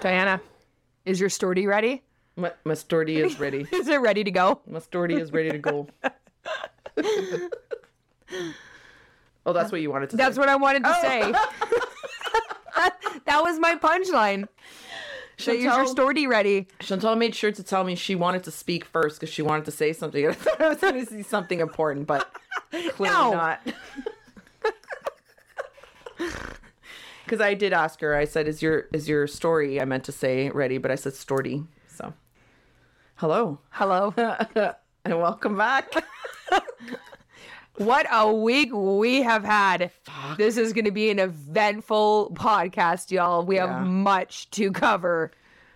Diana, is your storty ready? My, my storty is ready. Is it ready to go? My storty is ready to go. oh, that's what you wanted to That's say. what I wanted to say. Oh. that was my punchline. So is your Chantal- storty ready? Chantal made sure to tell me she wanted to speak first because she wanted to say something. I thought I was going to see something important, but clearly No. not. Because I did ask her. I said, "Is your is your story?" I meant to say ready, but I said "storty." So, hello Hello. and welcome back. What a week we have had. This is going to be an eventful podcast, y'all. We Yeah. have much to cover.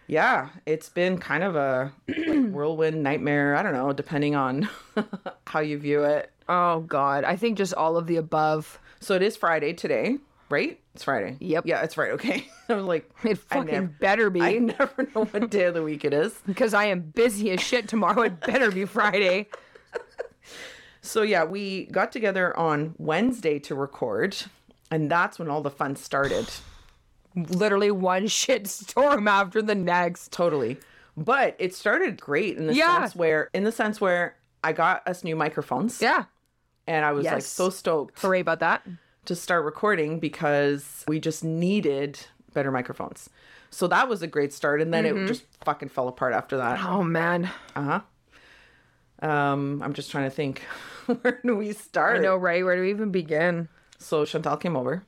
yeah, it's been kind of a like, whirlwind nightmare. I don't know, depending on how you view it. Oh, God. I think just all of the above. So it is Friday today, right? It's Friday. Yep. Yeah, it's Friday. Okay. I'm like, It I never- fucking better I be never know what day of the week it is. because I am busy as shit tomorrow. It better be Friday. So yeah, we got together on Wednesday to record, and that's when all the fun started. Literally one shit storm after the next. totally. But it started great in the Yeah. sense where, in the sense where I got us new microphones, Yeah. and I was like Yes. so stoked Hooray about that. to start recording because we just needed better microphones. So that was a great start, and then Mm-hmm. it just fucking fell apart after that. Oh, man. Uh huh. Um, I'm just trying to think where do we start? I know, right? Where do we even begin? So Chantal came over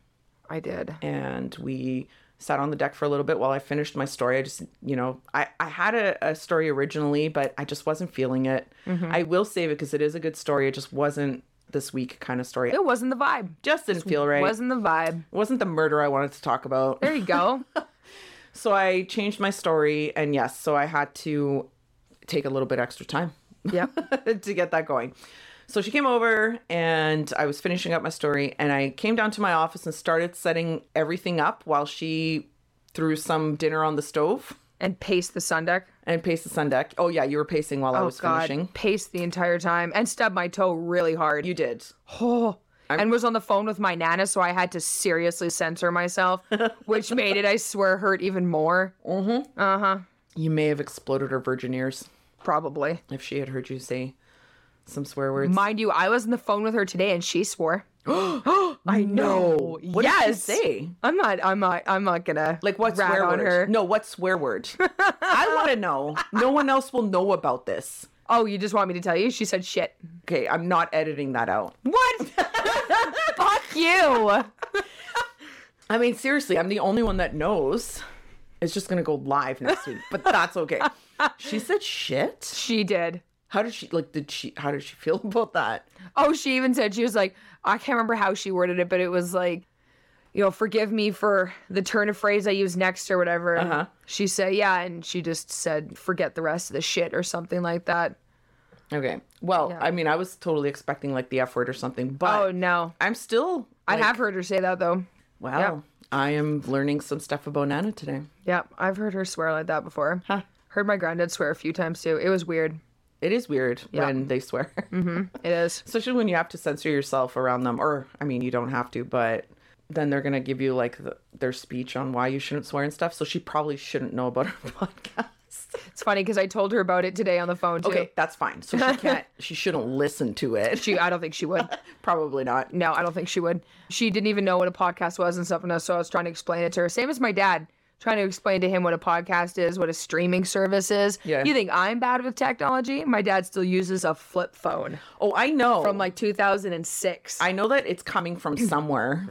I did. and we sat on the deck for a little bit while I finished my story. I just, you know, I, I had a, a story originally, but I just wasn't feeling it. Mm-hmm. I will save it because it is a good story. It just wasn't this week kind of story. It It wasn't the vibe. just didn't feel right. Wasn't, Wasn't the vibe. wasn't the murder I wanted to talk about. There you go. So I changed my story. And yes, so I had to take a little bit extra time. yep. to get that going. So she came over and I was finishing up my story and I came down to my office and started setting everything up while she threw some dinner on the stove And pace the sun deck. and paced the sun deck. Oh yeah, you were pacing while I was finishing. pace the entire time and stubbed my toe really hard. You did. oh, and was on the phone with my nana, so I had to seriously censor myself, which made it, I swear, hurt even more. You may have exploded her virgin ears Probably. if she had heard you say some swear words. Mind you, I was on the phone with her today and she swore. I know. What yes. did she say? I'm not I'm not I'm not gonna Like what rat swear on word? her. No, what swear word? I want to know. No one else will know about this. Oh, you just want me to tell you? She said shit. Okay, I'm not editing that out. What? Fuck you. I mean, seriously, I'm the only one that knows. It's just gonna go live next week, but that's okay. She said shit. She did. How did she like? Did she? How did she feel about that? Oh, she even said she was like, I can't remember how she worded it, but it was like, you know, forgive me for the turn of phrase I use next or whatever. And Uh-huh. She said, yeah, and she just said, forget the rest of the shit or something like that. Okay. Well, Yeah. I mean, I was totally expecting like the F word or something, but oh no, I'm still. I have heard her say that though. Wow. I am learning some stuff about Nana today. Yeah, I've heard her swear like that before. Huh. Heard my granddad swear a few times too. It was weird. It is weird Yeah. when they swear, It is. especially when you have to censor yourself around them. Or, I mean, you don't have to, but then they're gonna give you like the, their speech on why you shouldn't swear and stuff. So she probably shouldn't know about our podcast. It's funny because I told her about it today on the phone too. Okay, that's fine. So she can't. she shouldn't listen to it. She, I don't think she would. Probably not. No, I don't think she would. She didn't even know what a podcast was and stuff. And so I was trying to explain it to her. Same as my dad, trying to explain to him what a podcast is, what a streaming service is. Yeah. You think I'm bad with technology? My dad still uses a flip phone Oh, I know. from like 2006. I know that it's coming from somewhere.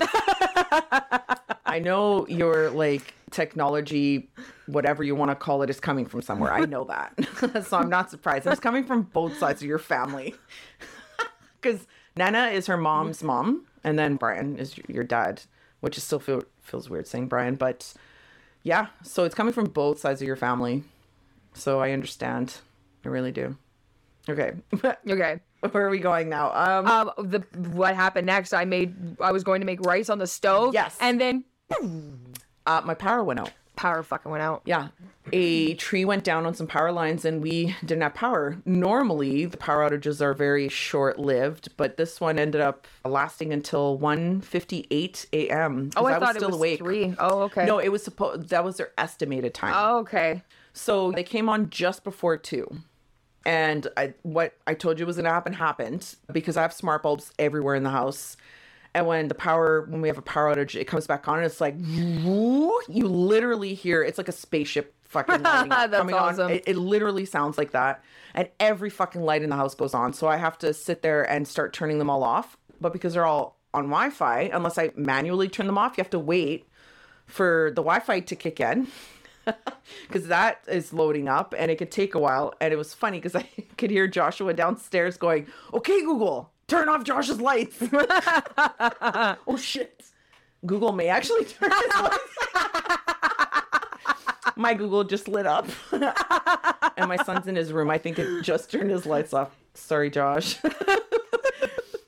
I know your like technology, whatever you want to call it, is coming from somewhere. I know that, so I'm not surprised. It's coming from both sides of your family, because Nana is her mom's mom, and then Brian is y- your dad, which is still feel, feels weird saying Brian, but yeah. So it's coming from both sides of your family. So I understand. I really do. Okay, okay. where are we going now? Um, Um, the what happened next? I made. I was going to make rice on the stove. Yes. And then uh, my power went out. power fucking went out. Yeah. A tree went down on some power lines and we didn't have power. Normally, the power outages are very short-lived, but this one ended up lasting until 1:58 a.m. 'cause Oh, I, was thought it was three. Oh, okay. No, it was supposed that was their estimated time. Oh, okay. So they came on just before two. And I, what I told you was going to happen happened because I have smart bulbs everywhere in the house. And when the power, when we have a power outage, it comes back on and it's like, you literally hear it's like a spaceship fucking lighting up That's coming awesome. on. It, it literally sounds like that. And every fucking light in the house goes on. So I have to sit there and start turning them all off. But because they're all on Wi Fi, unless I manually turn them off, you have to wait for the Wi-Fi to kick in because that is loading up and it could take a while. And it was funny because I could hear Joshua downstairs going, "Okay, Google, turn off Josh's lights." oh shit! Google may actually turn his lights. my Google just lit up, and my son's in his room. I think it just turned his lights off. Sorry, Josh.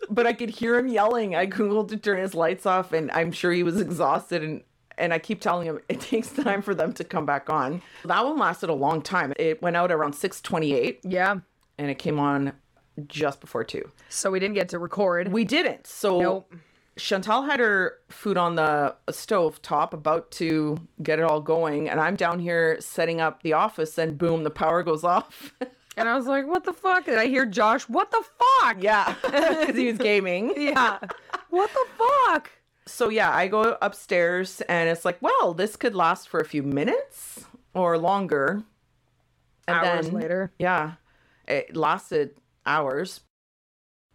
but I could hear him yelling. I googled to turn his lights off, and I'm sure he was exhausted. And and I keep telling him it takes time for them to come back on. That one lasted a long time. It went out around 6:28, Yeah. and it came on just before two. So we didn't get to record. We didn't. So Nope. Chantal had her food on the stove top, about to get it all going, and I'm down here setting up the office, and boom, the power goes off. And I was like, what the fuck? And I hear Josh, what the fuck? yeah, because he was gaming. Yeah. what the fuck? so yeah, I go upstairs and it's like, well, this could last for a few minutes or longer. And Hours then, later. Yeah. It lasted hours.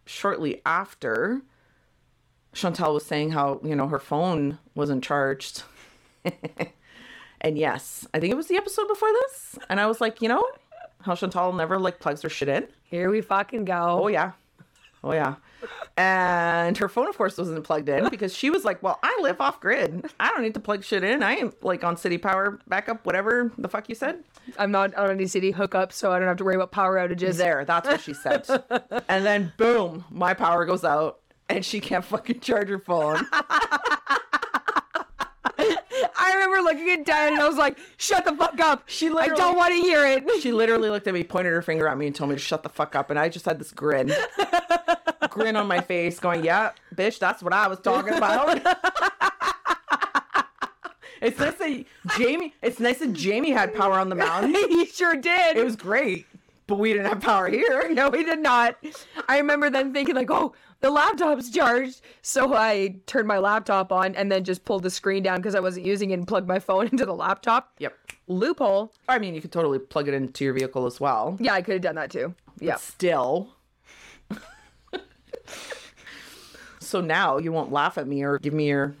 Shortly after, Chantal was saying how, you know, her phone wasn't charged. and yes, I think it was the episode before this. And I was like, you know how Chantal never like plugs her shit in? Here we fucking Oh go. yeah. Oh yeah. And her phone, of course, wasn't plugged in because she was like, Well, I live off grid. I don't need to plug shit in. I am like on city power backup, whatever the fuck you said. I'm not on any city hookup, so I don't have to worry about power outages. There, that's what she said. and then boom, my power goes out and she can't fucking charge her phone. I remember looking at Diane and I was like, shut the fuck up. She I literally- don't want to hear it. she literally looked at me, pointed her finger at me, and told me to shut the fuck up. And I just had this grin. grin on my face, going, Yeah, bitch, that's what I was talking about. it's nice that Jamie it's nice that Jamie had power on the mountain. he sure did. It was great. But we didn't have power here. no, he did not. I remember then thinking like, oh, the laptop's charged. So I turned my laptop on and then just pulled the screen down because I wasn't using it and plugged my phone into the laptop. Yep. Loophole. I mean you could totally plug it into your vehicle as well. Yeah, I could have done that too. Yeah. Still. so now you won't laugh at me or give me your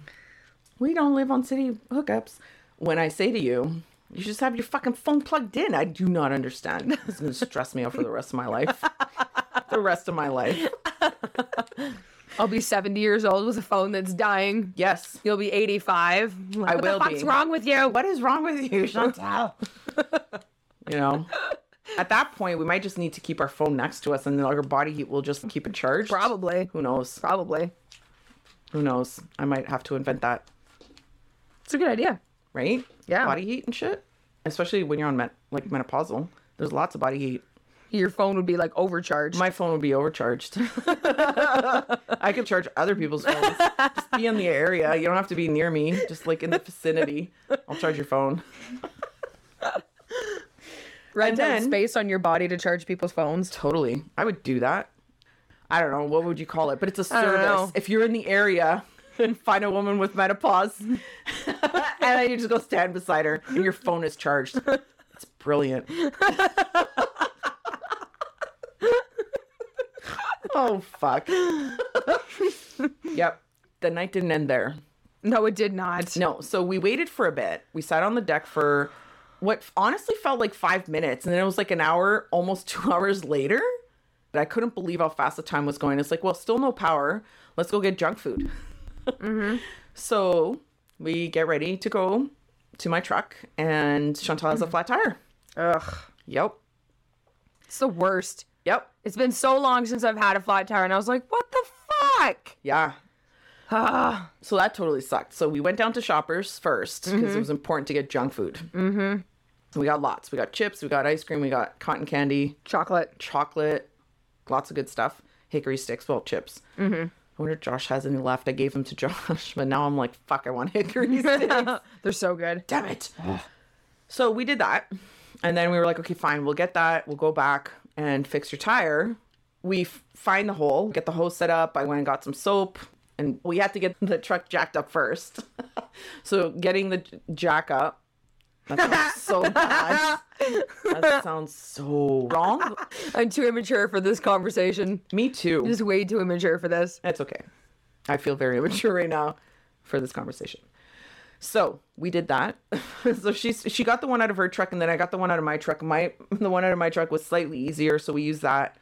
we don't live on city hookups when I say to you, you just have your fucking phone plugged in. I do not understand. It's gonna stress me out for the rest of my life. the rest of my life. I'll be 70 years old with a phone that's dying. Yes. You'll be 85. Like, I what will the fuck's be. wrong with you? What is wrong with you, Chantal? you know? At that point, we might just need to keep our phone next to us and our body heat will just keep it charged. Probably. Who knows? Probably. Who knows? I might have to invent that. It's a good idea. right? Yeah. Body heat and shit. Especially when you're on men- like menopausal. There's lots of body heat. Your phone would be like overcharged. My phone would be overcharged. I could charge other people's phones. Just be in the area. You don't have to be near me. Just like in the vicinity. I'll charge your phone. Rent out then- space on your body to charge people's phones. Totally. I would do that. I don't know. What would you call it? But it's a I don't know. service. If you're in the area and find a woman with menopause and then you just go stand beside her and your phone is charged. It's brilliant. oh, fuck. yep. The night didn't end there. No, it did not. No, so we waited for a bit. We sat on the deck for what honestly felt like five minutes, and then it was like an hour, almost two hours later. But I couldn't believe how fast the time was going. It's like, well, still no power. Let's go get junk food. Mm-hmm. So we get ready to go to my truck, and Chantal has a flat tire. Ugh. Yep. It's the worst. Yep. It's been so long since I've had a flat tire, and I was like, what the fuck? Yeah. Ah, So that totally sucked. So we went down to Shoppers first because it was important to get junk food. Mm-hmm. So we got lots. We got chips. We got ice cream. We got cotton candy, chocolate. chocolate, lots of good stuff. Hickory sticks, well, chips. Mm-hmm. I wonder if Josh has any left. I gave them to Josh, but now I'm like, fuck, I want hickory sticks. They're so good. Damn it. so we did that. And then we were like, okay, fine, we'll get that. We'll go back and fix your tire. We f- find the hole, get the hole set up. I went and got some soap, and we had to get the truck jacked up first. so getting the j- jack up. That sounds so bad. That sounds so wrong. I'm too immature for this conversation. Me too. Just way too immature for this. That's okay. I feel very immature right now for this conversation. So we did that. so she she got the one out of her truck, and then I got the one out of my truck. My the one out of my truck was slightly easier, so we used that.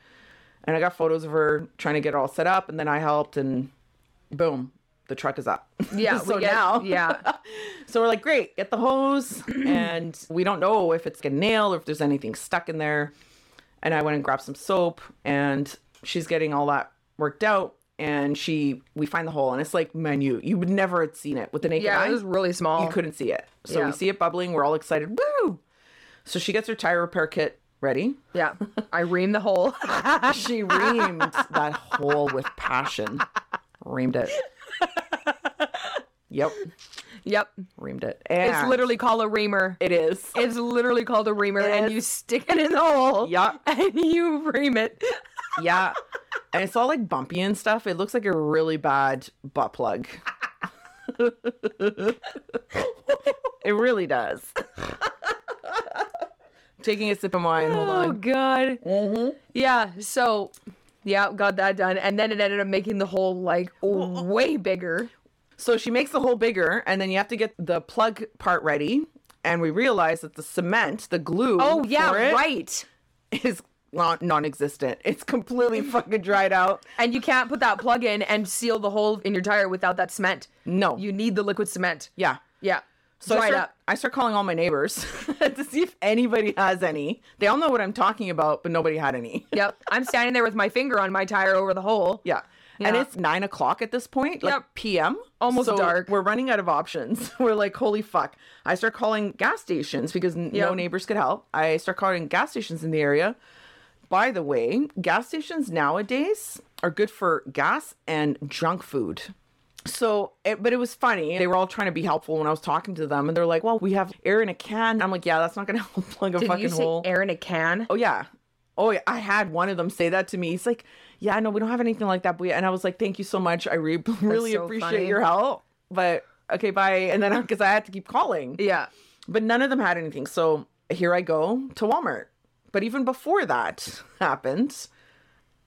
And I got photos of her trying to get it all set up, and then I helped, and boom, the truck is up. Yeah. so we get- now, Yeah. so we're like, great, get the hose, and we don't know if it's a nail or if there's anything stuck in there. And I went and grabbed some soap, and she's getting all that worked out. And she, we find the hole, and it's like minute. You would never had seen it with the naked Yeah. eye. It was really small. you couldn't see it. So Yeah. we see it bubbling. We're all excited. Woo! So she gets her tire repair kit ready. Yeah. I reamed the hole. She reamed that hole with passion. Reamed it. Yep, yep. reamed it. And It's literally called a reamer. it is. It's literally called a reamer, and you stick it in the hole. Yup. And you ream it. Yeah. And it's all like bumpy and stuff. It looks like a really bad butt plug. it really does. Taking a sip of wine. Hold Oh on. Mm-hmm. god. Yeah. So, yeah, got that done, and then it ended up making the hole like way bigger. So she makes the hole bigger, and then you have to get the plug part ready. And we realize that the cement, the glue, Oh yeah, for it right. is non- non-existent. It's completely fucking dried out. And you can't put that plug in and seal the hole in your tire without that cement. No, You need the liquid cement. yeah. Yeah. So I Dry it start, up. I start calling all my neighbors to see if anybody has any. They all know what I'm talking about, but nobody had any. Yep. I'm standing there with my finger on my tire over the hole. Yeah. And Yeah. it's nine o'clock at this point, like Yep. PM. Almost So dark. We're running out of options. We're like, holy fuck. I start calling gas stations because n- no Yep. neighbors could help. I start calling gas stations in the area. By the way, gas stations nowadays are good for gas and junk food. So, it, but it was funny. They were all trying to be helpful when I was talking to them, and they're like, "Well, we have air in a can." I'm like, "Yeah, that's not gonna help plug a Did fucking you say hole." air in a can? Oh yeah. Oh yeah. I had one of them say that to me. He's like, Yeah, no, we don't have anything like that. But yeah. and I was like, Thank you so much. I re- really so appreciate funny. your help. But okay, bye. And then because I had to keep calling. Yeah. But none of them had anything. So here I go to Walmart. But even before that happened,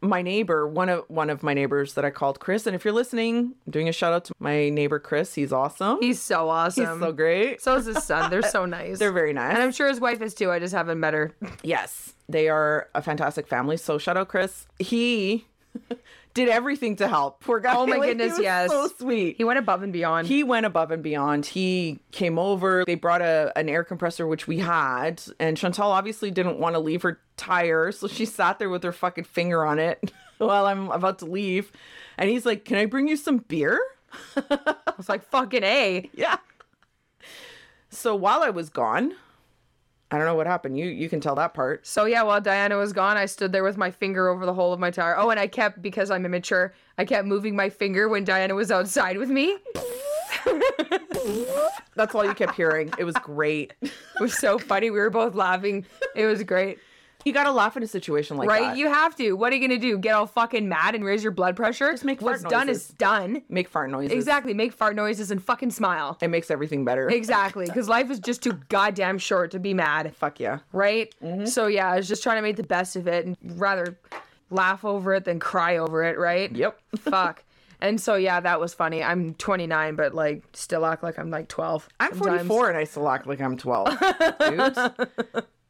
my neighbor, one of one of my neighbors that I called Chris, and if you're listening, I'm doing a shout out to my neighbor Chris. He's awesome. He's so awesome. He's so great. So is his son. They're so nice. They're very nice. um, And I'm sure his wife is too. I just haven't met her. Yes, they are a fantastic family. So shout out Chris. He did everything to help. Poor guy. Oh my Like, he goodness, was yes. so sweet. He He, went above and beyond. went above and beyond. He came over. They brought a an air compressor, which we had, and Chantal obviously didn't want to leave her tire, so she sat there with her fucking finger on it while I'm about to leave, and he's like, "Can I bring you some beer?" I was like, fucking A. Yeah. So while I was gone, I don't know what happened. You you can tell that part. So yeah, while Diana was gone, I stood there with my finger over the hole of my tire. Oh, and I kept because I'm immature, I kept moving my finger when Diana was outside with me. It That's all you kept hearing. It was great. was so funny. We were both laughing. It was great. You gotta laugh in a situation like Right? that. You have to. What are you gonna do? Get all fucking mad and raise your blood pressure? Just make fart What's done noises. is done. make fart noises. Exactly. Make fart noises and fucking smile. It makes everything better. Exactly. Because life is just too goddamn short to be mad. Fuck yeah. right? Mm-hmm. So yeah, I was just trying to make the best of it and rather laugh over it than cry over it, right? Yep. Fuck. And so yeah, that was funny. I'm 29, but like still act like I'm like 12. I'm sometimes. 44 and I still act like I'm 12. Dude.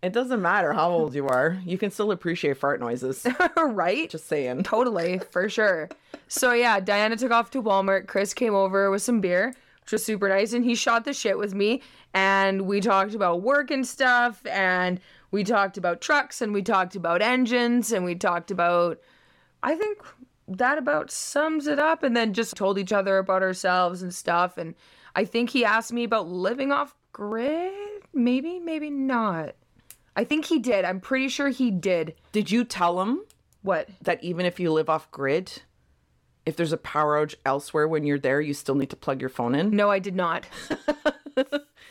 It doesn't matter how old you are. You can still appreciate fart noises. right? Just saying. Totally, for sure. So yeah, Diana took off to Walmart. Chris came over with some beer, which was super nice, and he shot the shit with me. And we talked about work and stuff, and we talked about trucks, and we talked about engines, and we talked about. I think that about sums it up. And then just told each other about ourselves and stuff. And I think he asked me about living off grid. Maybe, maybe not. I think he did. I'm pretty sure he did. Did you tell him What? that even if you live off grid, if there's a power outage elsewhere when you're there, you still need to plug your phone in? No, I did not.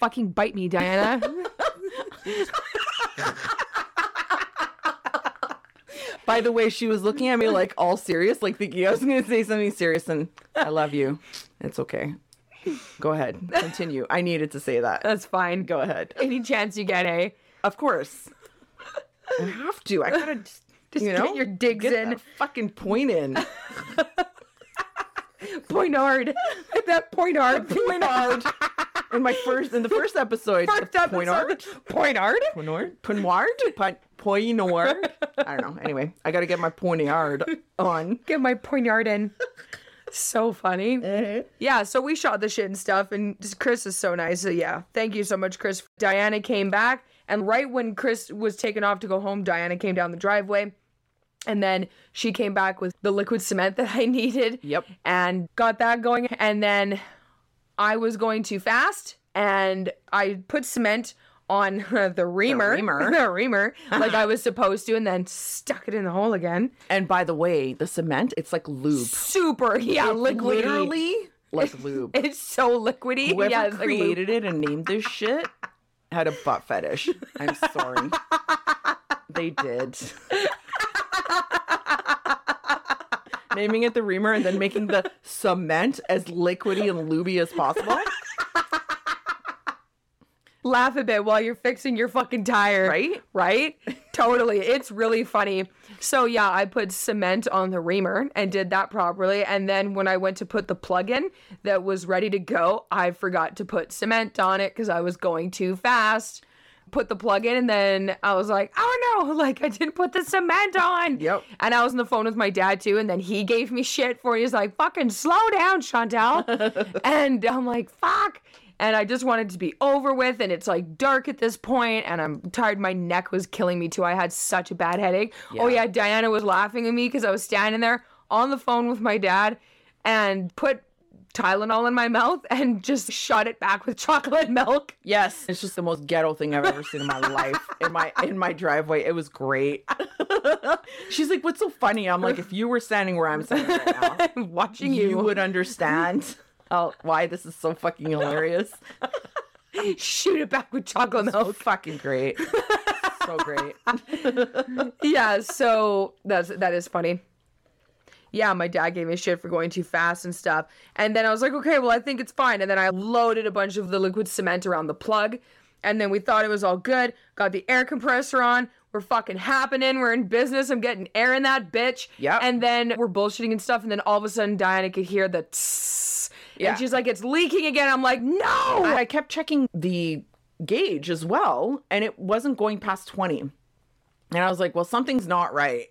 Fucking bite me, Diana. By the way, she was looking at me like all serious, like thinking I was going to say something serious, and I love you. It's okay. Go ahead. Continue. I needed to say that. That's fine. Go ahead. Any chance you get, eh? Of course. I have to. I gotta just, Just you know, get your digs get in. that fucking point in. Point hard. Hit that point hard. point hard. In my first, in the first episode, First episode. point hard, Point hard? point hard, point hard, point hard. I don't know. Anyway, I gotta get my point hard on. Get my point hard in. so funny. Yeah, so we shot the shit and stuff, and just- Chris is so nice. So yeah, thank you so much, Chris. Diana came back, and right when Chris was taken off to go home, Diana came down the driveway, and then she came back with the liquid cement that I needed. Yep. And got that going, and then I was going too fast, and I put cement on the reamer, reamer. the reamer, like I was supposed to, and then stuck it in the hole again. And by the way, the cement, it's like lube. Super, yeah, liquidy. Literally, like lube. It's so liquidy. Whoever yeah, it's like lube. created it and named this shit had a butt fetish. I'm sorry. they did. Naming it the reamer and then making the cement as liquidy and lubey as possible, laugh a bit while you're fixing your fucking tire. right? Right? totally. It's really funny. So, yeah, I put cement on the reamer and did that properly. And then when I went to put the plug in that was ready to go, I forgot to put cement on it because I was going too fast. Put the plug in, and then I was like, oh no, like I didn't put the cement on. Yep. And I was on the phone with my dad too, and then he gave me shit for it. He's like, fucking slow down, Chantel. and I'm like, fuck. And I just wanted to be over with, and it's like dark at this point, and I'm tired. My neck was killing me too. I had such a bad headache. Oh Yeah. yeah, Diana was laughing at me because I was standing there on the phone with my dad, and put Tylenol in my mouth and just shot it back with chocolate milk. Yes. It's just the most ghetto thing I've ever seen in my life. In my in my driveway. It was great. She's like, What's so funny? I'm like, if you were standing where I'm standing right now, Watching you, you, would understand how, why this is so fucking hilarious. shoot it back with chocolate milk. So fucking great. so great. yeah, so that's that is funny. Yeah, my dad gave me shit for going too fast and stuff. And then I was like, okay, well, I think it's fine. And then I loaded a bunch of the liquid cement around the plug. And then we thought it was all good. Got the air compressor on. We're fucking happening. We're in business. I'm getting air in that bitch. Yep. And then we're bullshitting and stuff. And then all of a sudden, Diana could hear the tss. Yeah. And she's like, it's leaking again. I'm like, no. I kept checking the gauge as well, and it wasn't going past 20. And I was like, well, something's not right.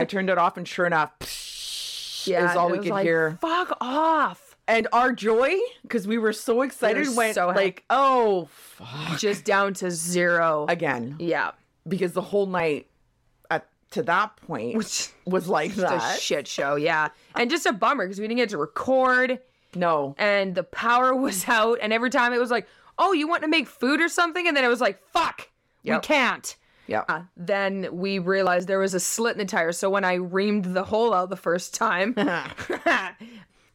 I turned it off, and sure enough, is all and it we was could like, hear. Fuck off. And our joy, because we were so excited, went so happy. like, oh, fuck. Just down to zero. Again, yeah. because the whole night at, to that point Which- was like It's that. a shit show, yeah. And just a bummer because we didn't get to record no. and the power was out. And every time it was like, oh, you want to make food or something? And then it was like, fuck, Yep. we can't. Yeah. Uh, then we realized there was a slit in the tire. So when I reamed the hole out the first time,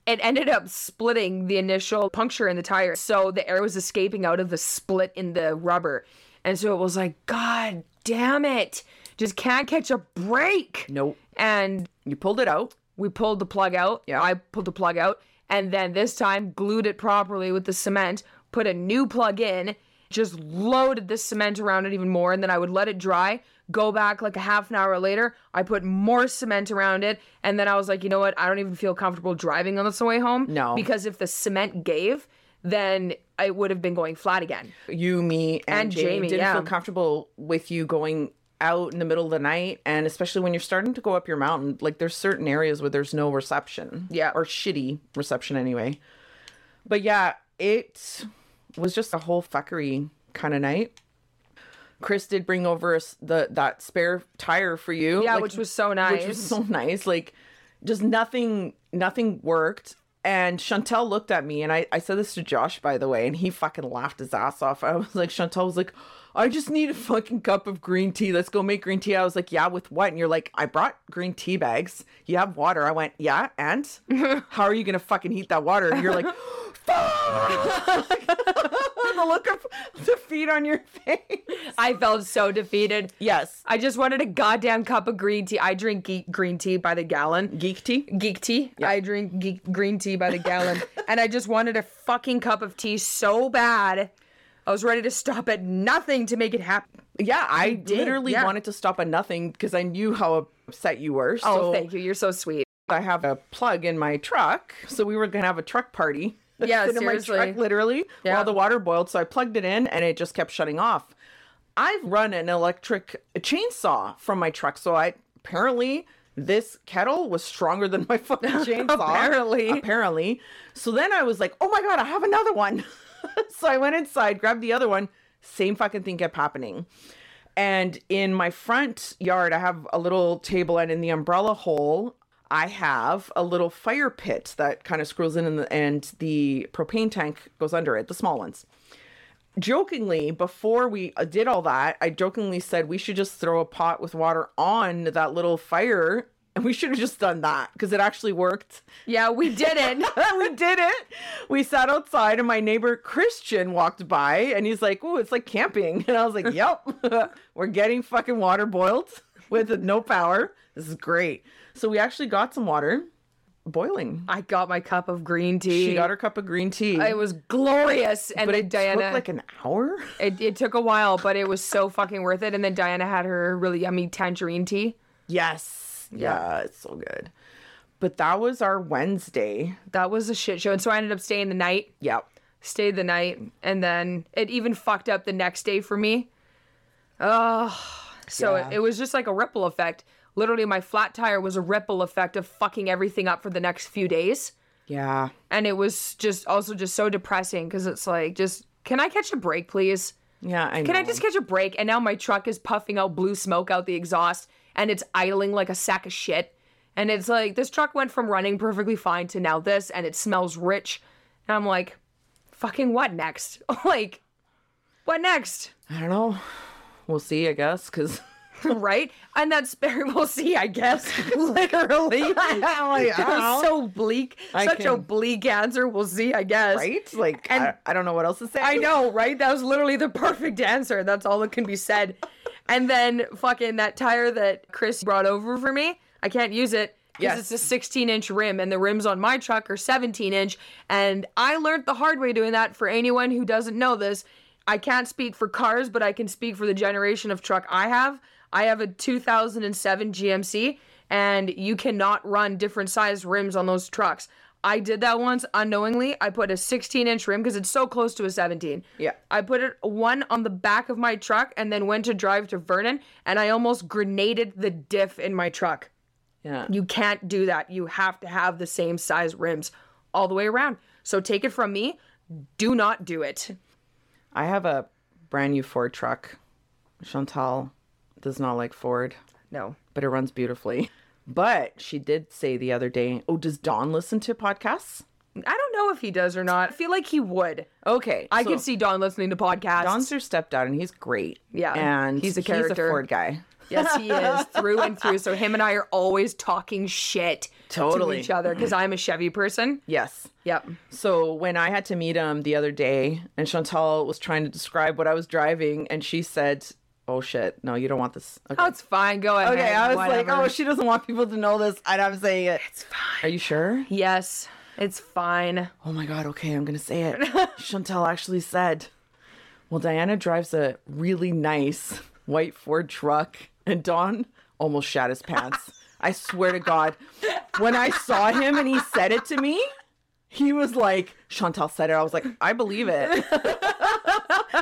it ended up splitting the initial puncture in the tire. So the air was escaping out of the split in the rubber. And so it was like, God damn it. Just can't catch a break. nope. And You pulled it out. we pulled the plug out. Yeah. I pulled the plug out. And then this time glued it properly with the cement, put a new plug in, just loaded the cement around it even more. And then I would let it dry, go back like a half an hour later. I put more cement around it. And then I was like, you know what? I don't even feel comfortable driving on this way home. No. Because if the cement gave, then it would have been going flat again. you, me, and, And Jamie, Jamie, didn't yeah. feel comfortable with you going out in the middle of the night, and especially when you're starting to go up your mountain. Like there's certain areas where there's no reception, Yeah. or shitty reception anyway. But yeah, it was just a whole fuckery kind of night. Chris did bring over us the that spare tire for you, Yeah, like, which was so nice. which was so nice. Like just nothing nothing worked and chantel looked at me and I, I said this to josh by the way and he fucking laughed his ass off i was like chantel was like i just need a fucking cup of green tea let's go make green tea i was like yeah with what and you're like i brought green tea bags you have water i went yeah and how are you gonna fucking heat that water and you're like fuck the look of defeat on your face I felt so defeated. yes I just wanted a goddamn cup of green tea. I drink geek green tea by the gallon. geek tea Geek tea. I drink geek green tea by the gallon. and I just wanted a fucking cup of tea so bad. I was ready to stop at nothing to make it happen. Yeah, I literally yeah. wanted to stop at nothing because I knew how upset you were. So oh, thank you. You're so sweet. I have a plug in my truck. So we were going to have a truck party. that Yeah, fit in my truck, seriously. literally, Yeah. while the water boiled. So I plugged it in and it just kept shutting off. I've run an electric chainsaw from my truck. So I apparently this kettle was stronger than my fucking chainsaw. Apparently. Apparently. So then I was like, oh my God, I have another one. so I went inside, grabbed the other one. Same fucking thing kept happening. And in my front yard, I have a little table, and in the umbrella hole, I have a little fire pit that kind of screws in, and the, and the propane tank goes under it, the small ones. Jokingly, before we uh, did all that, I jokingly said we should just throw a pot with water on that little fire, and we should have just done that because it actually worked. Yeah, we did it. we did it. We sat outside, and my neighbor Christian walked by, and he's like, "Ooh, it's like camping." And I was like, "Yep, we're getting fucking water boiled with no power. This is great." So we actually got some water boiling. I got my cup of green tea. She got her cup of green tea, It was glorious. And but then it Diana. took like an hour. It, it took a while, but it was so fucking worth it. And then Diana had her really yummy tangerine tea. Yes, yeah, it's so good. But that was our Wednesday. That was a shit show. And so I ended up staying the night, Yep. stayed the night, and then it even fucked up the next day for me. Oh, so Yeah. it, it was just like a ripple effect. Literally, my flat tire was a ripple effect of fucking everything up for the next few days. Yeah. And it was just also just so depressing because it's like, just can I catch a break, please? Yeah. I Can I know. just catch a break? And now my truck is puffing out blue smoke out the exhaust and it's idling like a sack of shit. And it's like, this truck went from running perfectly fine to now this and it smells rich. And I'm like, fucking what next? like, what next? I don't know. We'll see. I guess because. right? And that's very, we'll see, I guess. Literally. That was so bleak. I Such a can- bleak answer. We'll see, I guess. right? Like, And- I, I don't know what else to say. I know, right? That was literally the perfect answer. That's all that can be said. And then fucking that tire that Chris brought over for me, I can't use it because Yes. it's a 16 inch rim, and the rims on my truck are 17 inch. And I learned the hard way doing that. For anyone who doesn't know this, I can't speak for cars, but I can speak for the generation of truck I have. I have a 2007 GMC, and you cannot run different size rims on those trucks. I did that once unknowingly. I put a 16 inch rim because it's so close to a 17. Yeah. I put it one on the back of my truck and then went to drive to Vernon and I almost grenaded the diff in my truck. Yeah. You can't do that. You have to have the same size rims all the way around. So take it from me. Do not do it. I have a brand new Ford truck. Chantal does not like Ford, No. but it runs beautifully. But she did say the other day, "Oh, does Don listen to podcasts?" I don't know if he does or not. I feel like he would. Okay, I so could see Don listening to podcasts. Don's her stepdad, and he's great. Yeah, and he's a He's character. a Ford guy. Yes, he is through and through. So him and I are always talking shit Totally. to each other because I'm a Chevy person. Yes. Yep. So when I had to meet him the other day, and Chantal was trying to describe what I was driving, and she said, "Oh shit, no, you don't want this." Okay. Oh, it's fine. Go ahead. Okay, I was like, whatever. oh, she doesn't want people to know this, and I'm saying it. It's fine. Are you sure? yes, it's fine. Oh my god, okay, I'm gonna say it. Chantel actually said, Well, Diana drives a really nice white Ford truck, and Don almost shat his pants. I swear to God, when I saw him and he said it to me, he was like, Chantel said it. I was like, I believe it.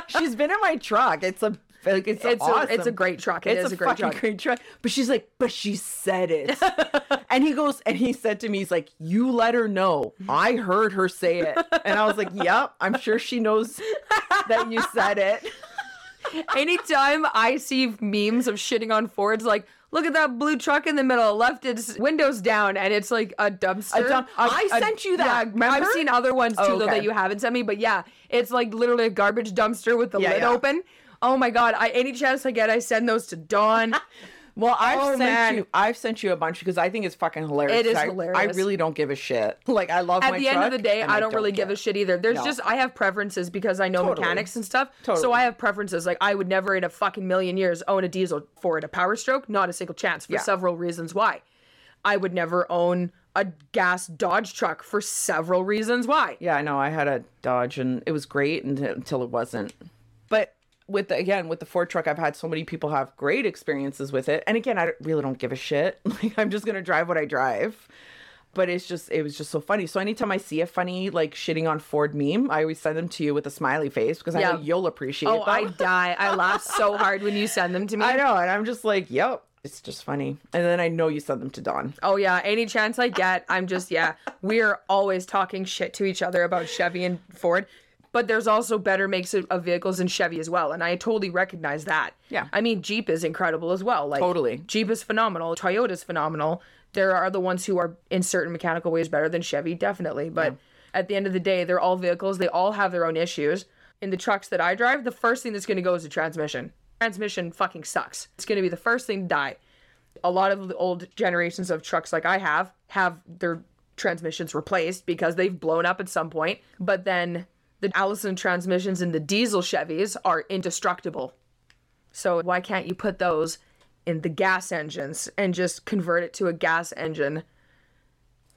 She's been in my truck. It's a like it's, It's awesome. a, it's a great truck. It's it's a, a, great fucking truck. great truck. But she's like, but she said it. and he goes, and he said to me, he's like, you let her know. I heard her say it. And I was like, yep, I'm sure she knows that you said it. Anytime I see memes of shitting on Fords, like look at that blue truck in the middle. Left its windows down, and it's like a dumpster. A dump- I sent you that, Yeah, I've remember? seen other ones too, Oh, though, okay. that you haven't sent me. But yeah, it's like literally a garbage dumpster with the Yeah, lid yeah. open. Oh my god! I any chance I get, I send those to Dawn. Well, I've Oh, sent man. you. I've sent you a bunch because I think it's fucking hilarious. It is I, I hilarious. really don't give a shit. Like I love. At my the end of truck the day, and I don't, really give care. a shit either. There's No. just I have preferences because I know Totally. mechanics and stuff. So Totally. I have preferences. Like I would never in a fucking million years own a diesel for it a power stroke, not a single chance for Yeah. several reasons why. I would never own a gas Dodge truck for several reasons why. Yeah, I know. I had a Dodge and it was great and- until it wasn't. But with the, again with the Ford truck, I've had so many people have great experiences with it. And again, I don't- really don't give a shit. Like I'm just gonna drive what I drive. But it's just it was just so funny. So anytime I see a funny like shitting on Ford meme, I always send them to you with a smiley face because I Yeah. know you'll appreciate. Oh, them. I die. I laugh so hard when you send them to me. I know, and I'm just like, yep, it's just funny. And then I know you sent them to Don. Oh yeah, any chance I get, I'm just yeah. We're always talking shit to each other about Chevy and Ford, but there's also better makes of of vehicles in Chevy as well, and I totally recognize that. Yeah. I mean Jeep is incredible as well. Like Totally. Jeep is phenomenal. Toyota's phenomenal. There are the ones who are in certain mechanical ways better than Chevy, definitely. But at the end of the day, they're all vehicles. They all have their own issues. In the trucks that I drive, the first thing that's going to go is the transmission. Transmission fucking sucks. It's going to be the first thing to die a lot of the old generations of trucks like I have have their transmissions replaced because they've blown up at some point. But then the Allison transmissions in the diesel Chevys are indestructible. So why can't you put those in the gas engines and just convert it to a gas engine?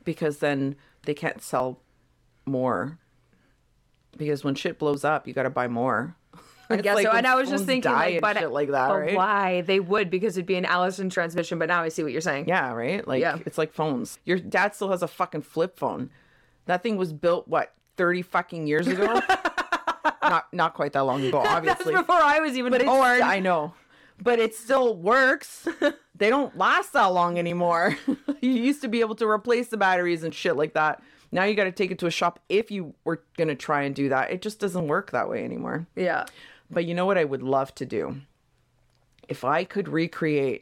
because then they can't sell more. Because when shit blows up, you got to buy more. I guess so. And I was just thinking, like, but, shit like that, but right? why they would because it'd be an Allison transmission. But now I see what you're saying. Yeah, right. Like Yeah. it's like phones. Your dad still has a fucking flip phone. That thing was built what thirty fucking years ago. not not quite that long ago, That's obviously. before I was even It's- born. I know. But it still works. they don't last that long anymore. you used to be able to replace the batteries and shit like that. Now you got to take it to a shop if you were going to try and do that. It just doesn't work that way anymore. yeah. But you know what I would love to do? If I could recreate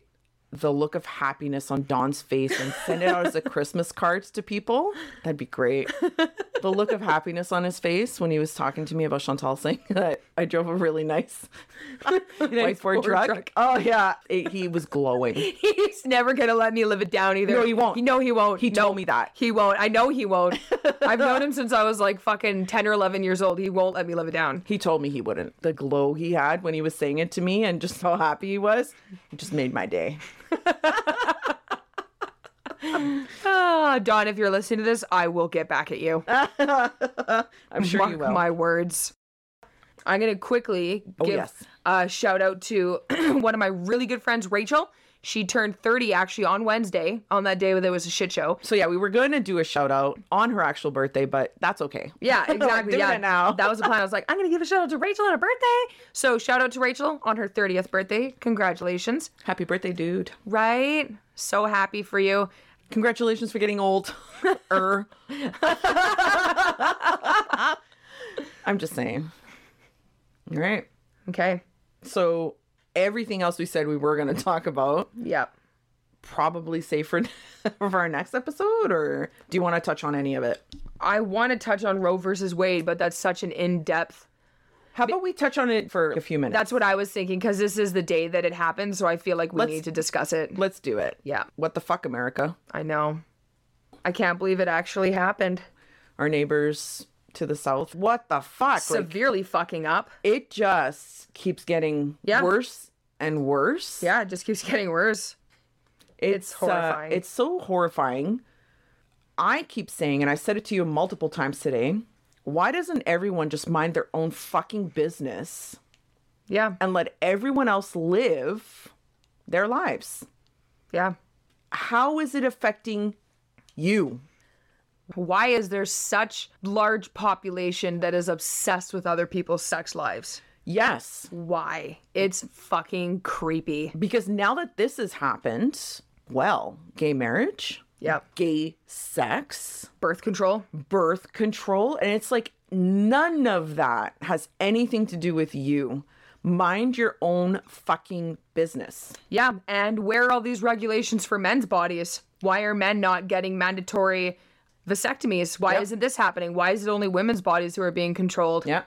the look of happiness on Dawn's face and send it out as a Christmas cards to people, that'd be great. The look of happiness on his face when he was talking to me about Chantal Singh that I drove a really nice white Ford Ford truck. truck. Oh yeah, It- he was glowing. He's never gonna let me live it down either. No, he won't. No, he won't. He No, told me that. He won't. I know he won't. I've known him since I was like fucking ten or eleven years old. He won't let me live it down. He told me he wouldn't. The glow he had when he was saying it to me and just how happy he was, it just made my day. Ah, Don, if you're listening to this, I will get back at you. I'm sure Mark you will. my words. I'm gonna quickly Oh, give yes. a shout out to one of my really good friends, Rachel. She turned 30 actually on Wednesday, on that day where there was a shit show. So yeah, we were going to do a shout out on her actual birthday, but that's okay. Yeah, exactly. doing yeah, it now. that was the plan. I was like, I'm gonna give a shout out to Rachel on her birthday. So shout out to Rachel on her 30th birthday. Congratulations! Happy birthday, dude. Right? So happy for you. Congratulations for getting old. er. I'm just saying. All right. Okay. So everything else we said we were going to talk about Yep. probably safe for, for our next episode or do you want to touch on any of it? I want to touch on Roe versus Wade, but that's such an in-depth. How about we touch on it for a few minutes? That's what I was thinking because this is the day that it happened, so I feel like we Let's- need to discuss it. Let's do it. Yeah, What the fuck America? I know. I can't believe it actually happened. Our neighbors to the south. What the fuck? Like, Severely fucking up. it just keeps getting Yeah. worse and worse. Yeah, it just keeps getting worse. it's, it's uh, horrifying. it's so horrifying. I keep saying, and I said it to you multiple times today. Why doesn't everyone just mind their own fucking business Yeah, and let everyone else live their lives? yeah. How is it affecting you? Why is there such large population that is obsessed with other people's sex lives? Yes, Why? It's fucking creepy. because now that this has happened, well, gay marriage, Yep. gay sex, Birth control. birth control. And it's like none of that has anything to do with you. Mind your own fucking business. Yeah, and where are all these regulations for men's bodies? Why are men not getting mandatory vasectomies? Why Yep. isn't this happening? Why is it only women's bodies who are being controlled? Yeah.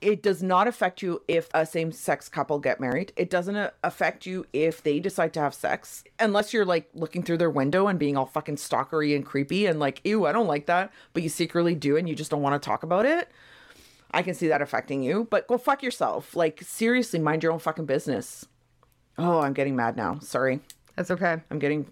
It does not affect you if a same sex couple get married. It doesn't uh, affect you if they decide to have sex, unless you're like looking through their window and being all fucking stalkery and creepy and like, ew, I don't like that. But you secretly do and you just don't want to talk about it. I can see that affecting you, but go fuck yourself. Like, seriously, mind your own fucking business. Oh, I'm getting mad now. Sorry. That's okay. I'm getting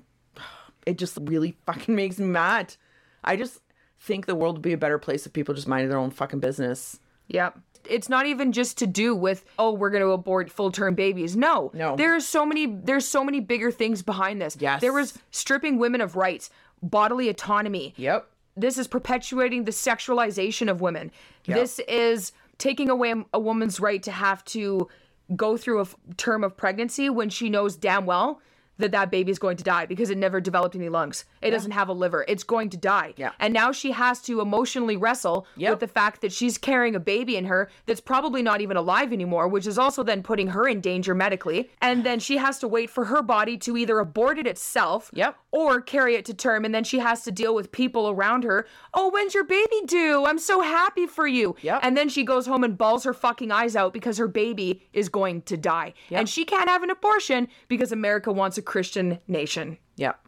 it just really fucking makes me mad. I just think the world would be a better place if people just minded their own fucking business. Yep. It's not even just to do with oh we're going to abort full term babies. No. No. There's so many there's so many bigger things behind this. Yes. There was stripping women of rights, bodily autonomy. Yep. This is perpetuating the sexualization of women. Yeah. This is taking away a woman's right to have to go through a f- term of pregnancy when she knows damn well that that baby's going to die because it never developed any lungs. It doesn't have a liver. It's going to die. Yeah. And now she has to emotionally wrestle Yep. with the fact that she's carrying a baby in her that's probably not even alive anymore, which is also then putting her in danger medically. And then she has to wait for her body to either abort it itself Yep. or carry it to term. And then she has to deal with people around her. Oh, when's your baby due? I'm so happy for you. Yep. And then she goes home and balls her fucking eyes out because her baby is going to die. And she can't have an abortion because America wants a Christian nation. Yep.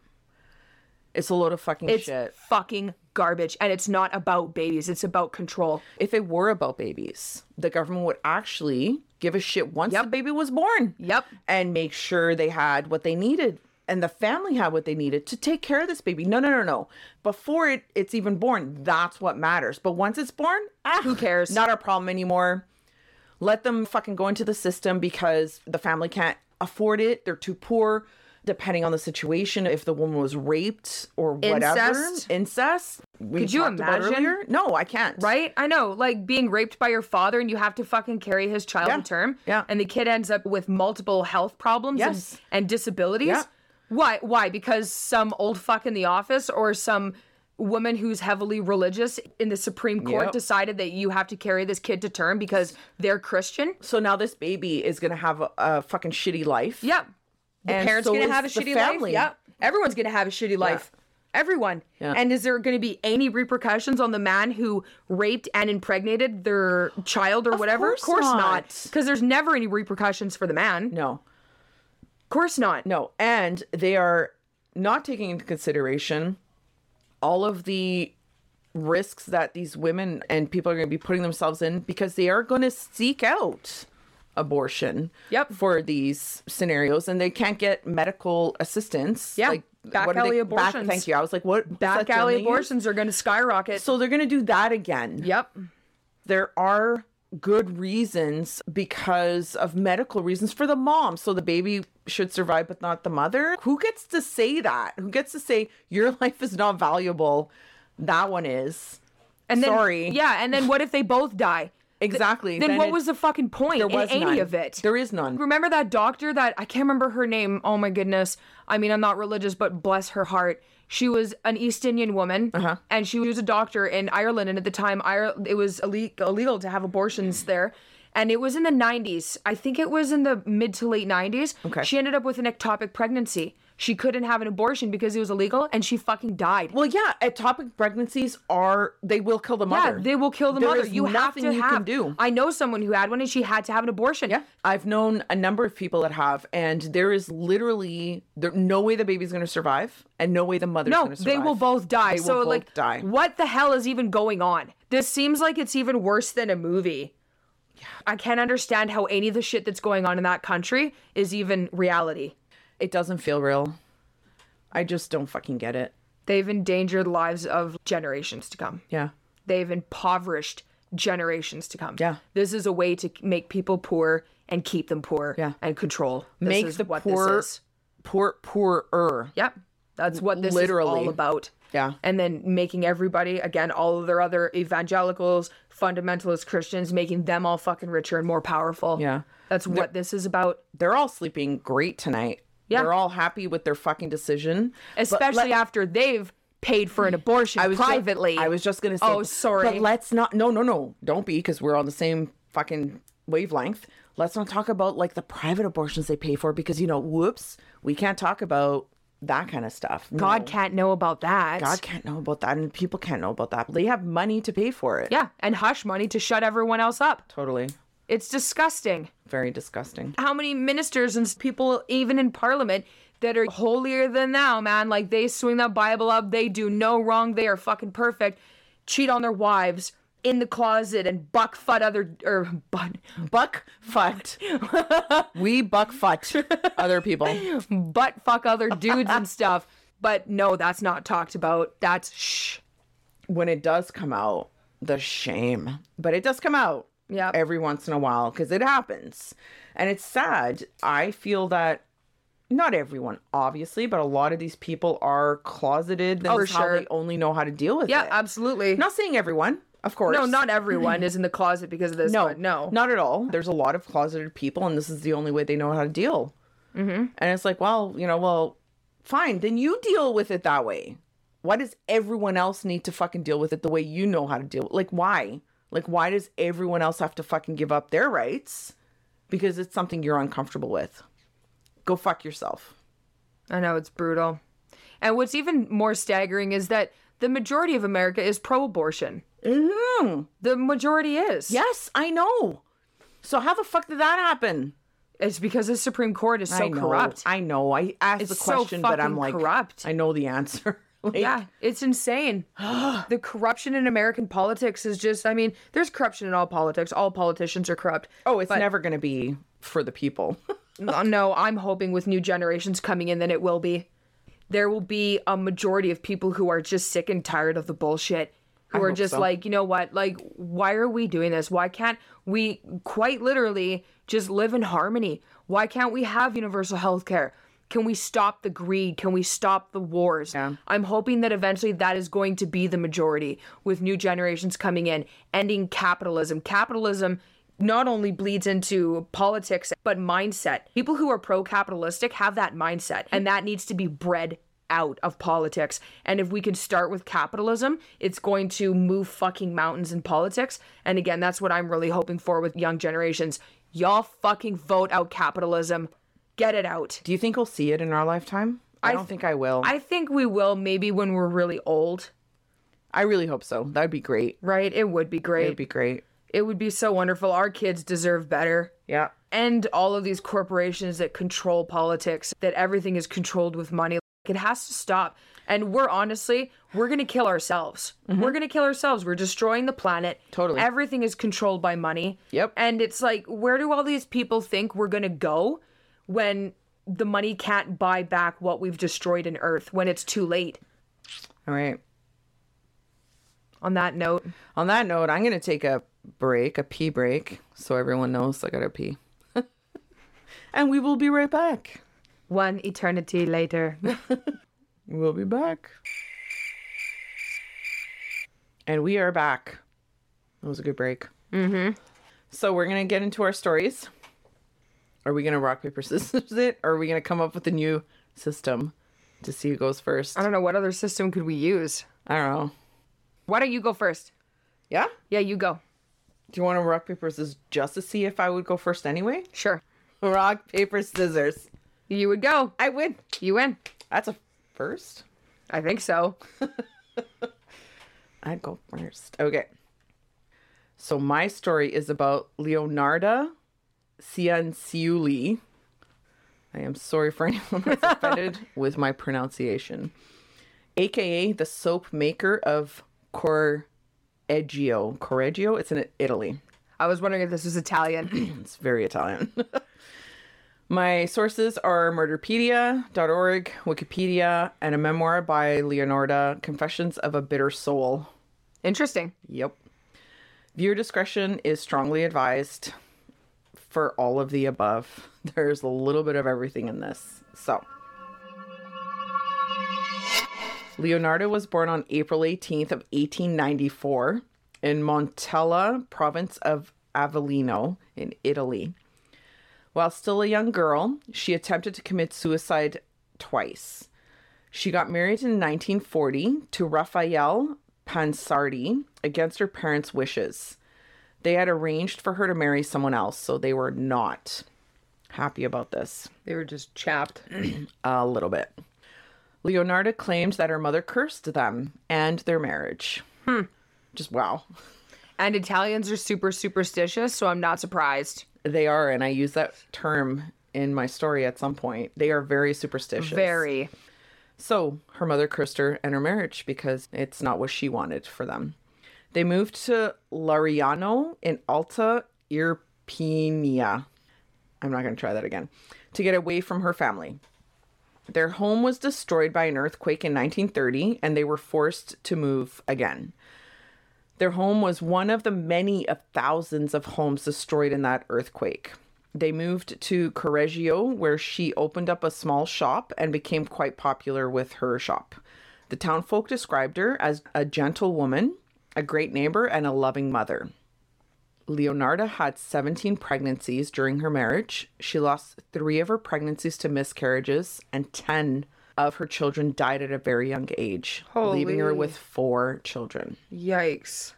It's a load of fucking It's shit. fucking garbage. And it's not about babies, it's about control. If it were about babies, the government would actually give a shit once the baby was born. Yep. And make sure they had what they needed and the family had what they needed to take care of this baby. No, no, no, no. Before it, it's even born, that's what matters. But once it's born, ah, Who cares? Not our problem anymore. Let them fucking go into the system because the family can't afford it. They're too poor. Depending on the situation, if the woman was raped or whatever, Incest? incest. We Could you talked about imagine? earlier. No, I can't. Right? I know, like being raped by your father and you have to fucking carry his child Yeah. to term. Yeah. And the kid ends up with multiple health problems Yes. and, and disabilities. Yeah. Why? Why? Because some old fuck in the office or some woman who's heavily religious in the Supreme Court Yep. decided that you have to carry this kid to term because they're Christian. So now this baby is gonna have a, a fucking shitty life. Yeah. The And parents so gonna is have a the shitty family. life. Yeah. Everyone's gonna have a shitty life. Everyone. Yeah. And is there gonna be any repercussions on the man who raped and impregnated their child or whatever? course of course not. not. Because there's never any repercussions for the man. No, Of course not. no, and they are not taking into consideration all of the risks that these women and people are going to be putting themselves in because they are going to seek out abortion Yep. for these scenarios and they can't get medical assistance Yeah, like back what are alley they- abortions. thank you i was like what Back such a alley name? abortions are gonna skyrocket. so they're going to do that again yep. there are good reasons because of medical reasons for the mom. So the baby should survive, but not the mother. Who gets to say that? Who gets to say your life is not valuable? That one is. And then Sorry. Yeah, and then what if they both die? Exactly. Then, what it- was the fucking point there was in any none. of it? There is none. Remember that doctor that I can't remember her name. Oh my goodness. I mean, I'm not religious, but bless her heart. She was an East Indian woman, Uh-huh. and she was a doctor in Ireland. And at the time, Ire- it was illegal, illegal to have abortions there. And it was in the 90s. I think it was in the mid to late 90s. Okay. She ended up with an ectopic pregnancy. She couldn't have an abortion because it was illegal, and she fucking died. Well, yeah, atopic pregnancies are they will kill the yeah, mother. they will kill the There mother. is You have nothing to you have. can do. I know someone who had one, and she had to have an abortion. Yeah. I've known a number of people that have, and there is literally there, no way the baby's going to survive, and no way the mother's No, going to survive. they will both die. They will so both like, die. what the hell is even going on? This seems like it's even worse than a movie. I can't understand how any of the shit that's going on in that country is even reality. It doesn't feel real. I just don't fucking get it. They've endangered lives of generations to come. Yeah. They've impoverished generations to come. Yeah. This is a way to make people poor and keep them poor Yeah. and control. This Make is the what poor- this is. Poor poorer. Yep. That's what this is all Literally. about. Yeah. And then making everybody, again, all of their other evangelicals, fundamentalist Christians, making them all fucking richer and more powerful. Yeah. That's what this is about. They're all sleeping great tonight. Yeah. They're all happy with their fucking decision. Especially after they've paid for an abortion ju- privately. I was just gonna say. Oh, sorry. But let's not. No, no, no. Don't be because we're on the same fucking wavelength, let's not talk about like the private abortions they pay for because, you know, whoops, we can't talk about that kind of stuff. No, God can't know about that. God can't know about that and people can't know about that. They have money to pay for it. Yeah, and hush money to shut everyone else up. Totally. It's disgusting. Very disgusting. How many ministers and s- people, even in parliament, that are holier than thou, man? Like they swing that Bible up, they do no wrong, they are fucking perfect, cheat on their wives in the closet and buck fud other or butt Buck fucked. we buck fucked other people. butt fuck other dudes and stuff. But no, that's not talked about. That's shh. When it does come out, the shame. But it does come out. Yeah. every once in a while because it happens. And it's sad. I feel that not everyone, obviously, but a lot of these people are closeted. That's Oh, how sure. they only know how to deal with yeah, it. absolutely. Not saying everyone, of course. no, not everyone is in the closet because of this. no, but no. not at all. There's a lot of closeted people, and this is the only way they know how to deal. Mm-hmm. And it's like, well, you know, well, fine, then you deal with it that way. Why does everyone else need to fucking deal with it the way you know how to deal? Like, why? Like, why does everyone else have to fucking give up their rights because it's something you're uncomfortable with? Go fuck yourself. I know it's brutal. And what's even more staggering is that the majority of America is pro-abortion. Mm-hmm. The majority is. Yes, I know. So how the fuck did that happen? It's because the Supreme Court is so I know, corrupt. I know. I asked It's the so question, but fucking I'm like, corrupt. I know the answer. like, yeah, it's insane. the corruption in American politics is just, I mean, there's corruption in all politics. All politicians are corrupt. Oh, it's never going to be for the people. no, I'm hoping with new generations coming in that it will be. There will be a majority of people who are just sick and tired of the bullshit. Who are hope just so. like, you know what? Like, why are we doing this? Why can't we quite literally just live in harmony? Why can't we have universal health care? Can we stop the greed? Can we stop the wars? Yeah. I'm hoping that eventually that is going to be the majority with new generations coming in, ending capitalism. Capitalism not only bleeds into politics, but mindset. People who are pro capitalistic have that mindset, and that needs to be bred out of politics. And if we can start with capitalism, it's going to move fucking mountains in politics. And again, that's what I'm really hoping for with young generations. Y'all fucking vote out capitalism. Get it out. Do you think we'll see it in our lifetime? I, don't think I will. I, I think we will maybe when we're really old. really hope so. That'd be great. Right? It would be great. It'd be great. It would be so wonderful. Our kids deserve better. Yeah. And all of these corporations that control politics, that everything is controlled with money. It has to stop. And we're honestly, we're going to kill ourselves. We're going to kill ourselves. We're destroying the planet. Mm-hmm. Totally. Everything is controlled by money. Yep. And it's like, where do all these people think we're going to go when the money can't buy back what we've destroyed in Earth when it's too late? All right. On that note, On that note, I'm going to take a break, a pee break, so everyone knows I got to pee. and we will be right back. one eternity later. We'll be back. And we are back. That was a good break. Mm-hmm. So we're gonna get into our stories. Are we gonna rock paper scissors it? Or are we gonna come up with a new system to see who goes first? I don't know what other system could we use. I don't know. Why don't you go first? Yeah. Yeah, you go. Do you want to rock paper scissors just to see if I would go first anyway? Sure. Rock paper scissors. You would go. I win. You win. That's a first. I think so. I go first. Okay. So my story is about Leonarda Cianciulli. I am sorry for anyone that's offended with my pronunciation. AKA the soap maker of Correggio. Correggio? It's in Italy. I was wondering if this was Italian. It's very Italian. My sources are murderpedia.org, Wikipedia, and a memoir by Leonarda, Confessions of a Bitter Soul. Interesting. Yep. Viewer discretion is strongly advised for all of the above. There's a little bit of everything in this. So, Leonardo was born on April 18th of 1894 in Montella, province of Avellino in Italy. While still a young girl, she attempted to commit suicide twice. She got married in 1940 to Raphael Pansardi against her parents' wishes. They had arranged for her to marry someone else, so they were not happy about this They were just chapped. a little bit. Leonarda claimed that her mother cursed them and their marriage. Hmm. Just wow. And Italians are super superstitious, so I'm not surprised. They are, and I use that term in my story at some point. They are very superstitious. Very. So her mother cursed her and her marriage because it's not what she wanted for them. They moved to Lariano in Alta Irpinia. I'm not going to try that again. To get away from her family. Their home was destroyed by an earthquake in 1930 and they were forced to move again. Their home was one of the many of thousands of homes destroyed in that earthquake. They moved to Correggio, where she opened up a small shop and became quite popular with her shop. The townfolk described her as a gentle woman, a great neighbor, and a loving mother. Leonarda had 17 pregnancies during her marriage. She lost three of her pregnancies to miscarriages, and 10 of her children died at a very young age, leaving her Holy. with four children. Yikes.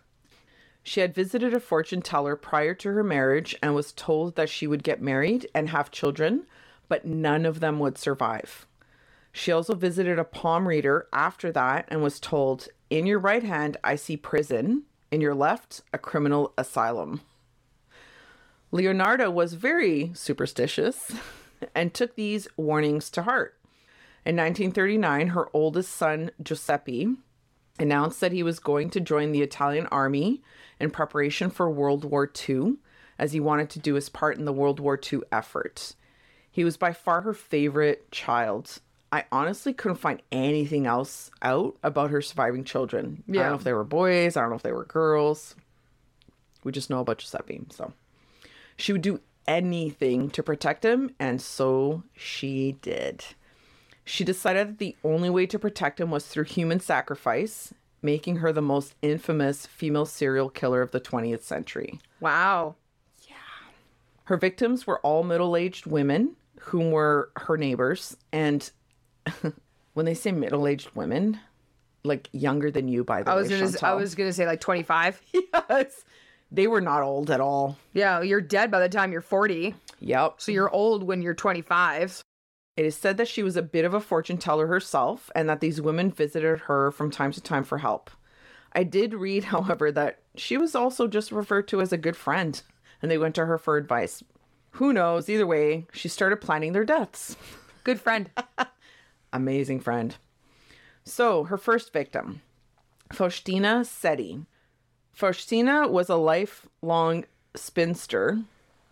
She had visited a fortune teller prior to her marriage and was told that she would get married and have children, but none of them would survive. She also visited a palm reader after that and was told, In your right hand, I see prison, in your left, a criminal asylum. Leonardo was very superstitious and took these warnings to heart. In 1939, her oldest son, Giuseppe, announced that he was going to join the Italian army in preparation for World War II, as he wanted to do his part in the World War II effort. He was by far her favorite child. I honestly couldn't find anything else out about her surviving children. I Yeah. don't know if they were boys, I don't know if they were girls. We just know about Giuseppe, so. She would do anything to protect him, and so she did. She decided that the only way to protect him was through human sacrifice, making her the most infamous female serial killer of the 20th century. Wow. Her victims were all middle aged women, whom were her neighbors. And when they say middle aged women, like younger than you, by the I way, was gonna s- I Chantal. was gonna say like 25. yes. They were not old at all. yeah, you're dead by the time you're 40. Yep. So you're old when you're 25. It is said that she was a bit of a fortune teller herself and that these women visited her from time to time for help. I did read, however, that she was also just referred to as a good friend and they went to her for advice. Who knows? Either way, she started planning their deaths. Good friend. Amazing friend. So, her first victim, Faustina Seti. Faustina was a lifelong spinster.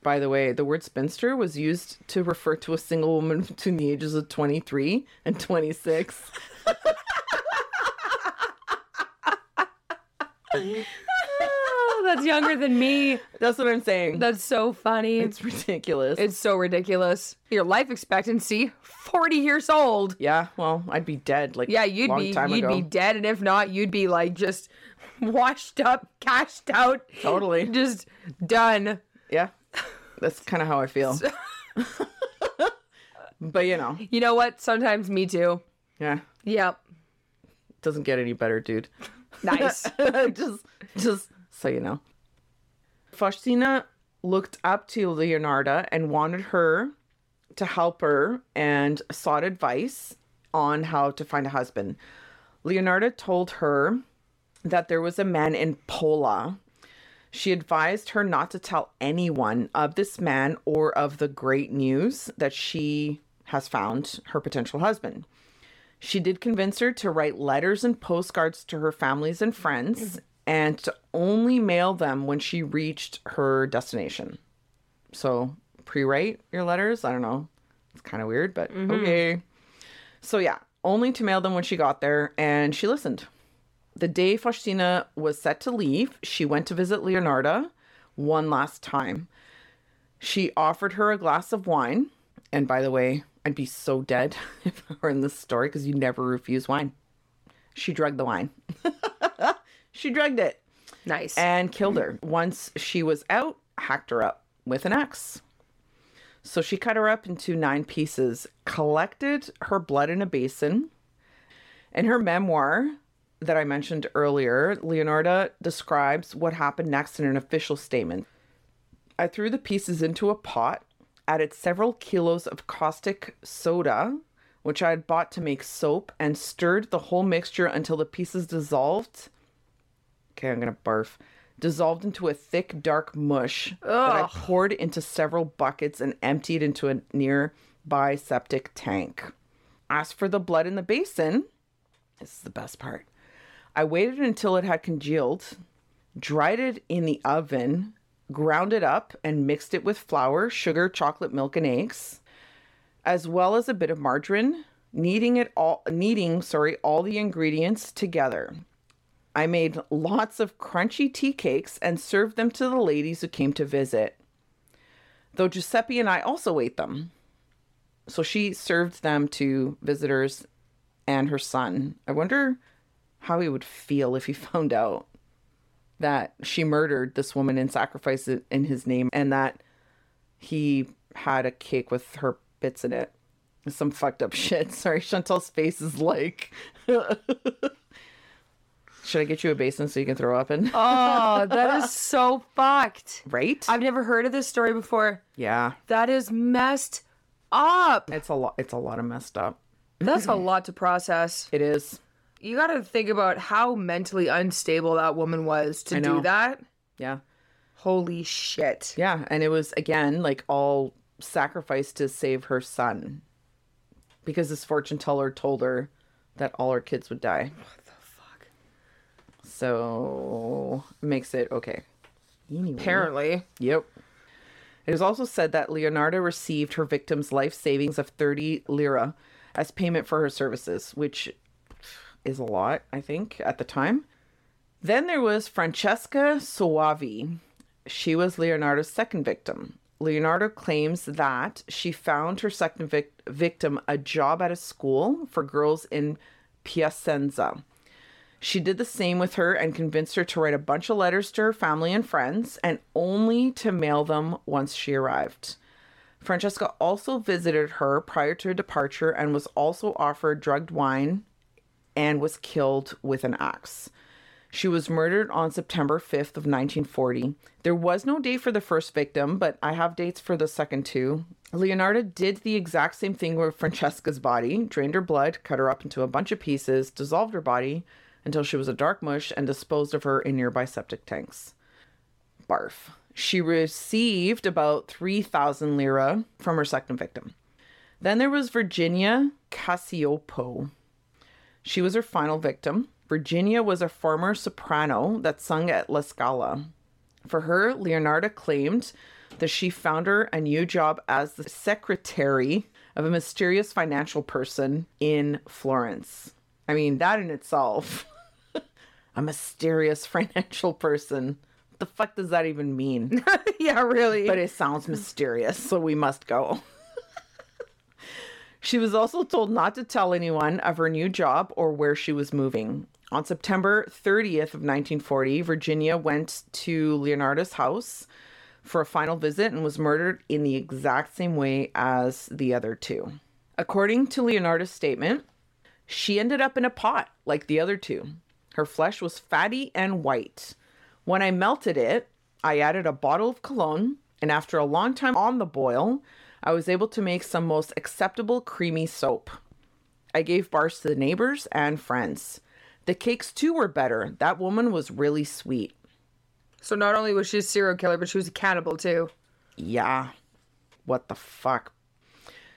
By the way, the word spinster was used to refer to a single woman between the ages of 23 and 26. Oh, that's younger than me. That's what I'm saying. That's so funny. It's, it's ridiculous. so ridiculous. Your life expectancy, 40 years old. yeah, well, I'd be dead like Yeah, you'd long be time you'd ago. be dead, and if not, you'd be like just washed up, cashed out, Totally. just done. Yeah. That's kind of how I feel. but you know, You know what? Sometimes me too. yeah, Yep. doesn't get any better, dude. Nice. just just so you know. Faustina looked up to Leonarda and wanted her to help her and sought advice on how to find a husband. Leonarda told her that there was a man in Pola. She advised her not to tell anyone of this man or of the great news that she has found her potential husband. She did convince her to write letters and postcards to her families and friends and to only mail them when she reached her destination. So, pre write your letters? I don't know. It's kind of weird, but okay. So, yeah, only to mail them when she got there, and she listened. The day Faustina was set to leave, she went to visit Leonarda one last time. She offered her a glass of wine. And by the way, I'd be so dead if I were in this story because you never refuse wine. She drugged the wine. she drugged it nice. and killed her. Once she was out, hacked her up with an axe. So she cut her up into nine pieces, collected her blood in a basin. In her memoir, that I mentioned earlier, Leonardo describes what happened next in an official statement. I threw the pieces into a pot, added several kilos of caustic soda, which I had bought to make soap, and stirred the whole mixture until the pieces dissolved. Okay, I'm gonna barf. Dissolved into a thick, dark mush that I Ugh. poured into several buckets and emptied into a nearby septic tank. As for the blood in the basin, this is the best part. I waited until it had congealed, dried it in the oven, ground it up, and mixed it with flour, sugar, chocolate milk, and eggs, as well as a bit of margarine, kneading it all kneading, sorry, all the ingredients together. I made lots of crunchy tea cakes and served them to the ladies who came to visit. Though Giuseppe and I also ate them. So she served them to visitors and her son. I wonder how he would feel if he found out that she murdered this woman and sacrificed it in his name and that he had a cake with her bits in it. Some fucked up shit. Sorry, Chantel's face is like. Should I get you a basin so you can throw up in? Oh, that is so fucked. right? I've never heard of this story before. yeah. That is messed up. It's a lot. It's a lot of messed up. That's a lot to process. It is. You got to think about how mentally unstable that woman was to I do know. that. Yeah. Holy shit. Yeah, and it was again like all sacrificed to save her son, because this fortune teller told her that all her kids would die. What the fuck? So makes it okay. Anyway. Apparently. Yep. It was also said that Leonardo received her victim's life savings of 30 lira as payment for her services, which is a lot, I think, at the time. Then there was Francesca Soavi. She was Leonardo's second victim. Leonardo claims that she found her second vic- victim a job at a school for girls in Piacenza. She did the same with her and convinced her to write a bunch of letters to her family and friends and only to mail them once she arrived. Francesca also visited her prior to her departure and was also offered drugged wine and was killed with an axe. She was murdered on September 5th of 1940. There was no date for the first victim, but I have dates for the second two. Leonardo did the exact same thing with Francesca's body, drained her blood, cut her up into a bunch of pieces, dissolved her body until she was a dark mush and disposed of her in nearby septic tanks. Barf. She received about 3,000 lira from her second victim. Then there was Virginia Cassiopo. She was her final victim. Virginia was a former soprano that sung at La Scala. For her, Leonardo claimed that she found her a new job as the secretary of a mysterious financial person in Florence. I mean, that in itself, a mysterious financial person. What the fuck does that even mean? yeah, really. but it sounds mysterious, so we must go. she was also told not to tell anyone of her new job or where she was moving. On September 30th of 1940, Virginia went to Leonardo's house for a final visit and was murdered in the exact same way as the other two. According to Leonardo's statement, she ended up in a pot like the other two. Her flesh was fatty and white. When I melted it, I added a bottle of cologne, and after a long time on the boil, I was able to make some most acceptable creamy soap. I gave bars to the neighbors and friends. The cakes too were better. That woman was really sweet. so not only was she a serial killer, but she was a cannibal too. Yeah. What the fuck?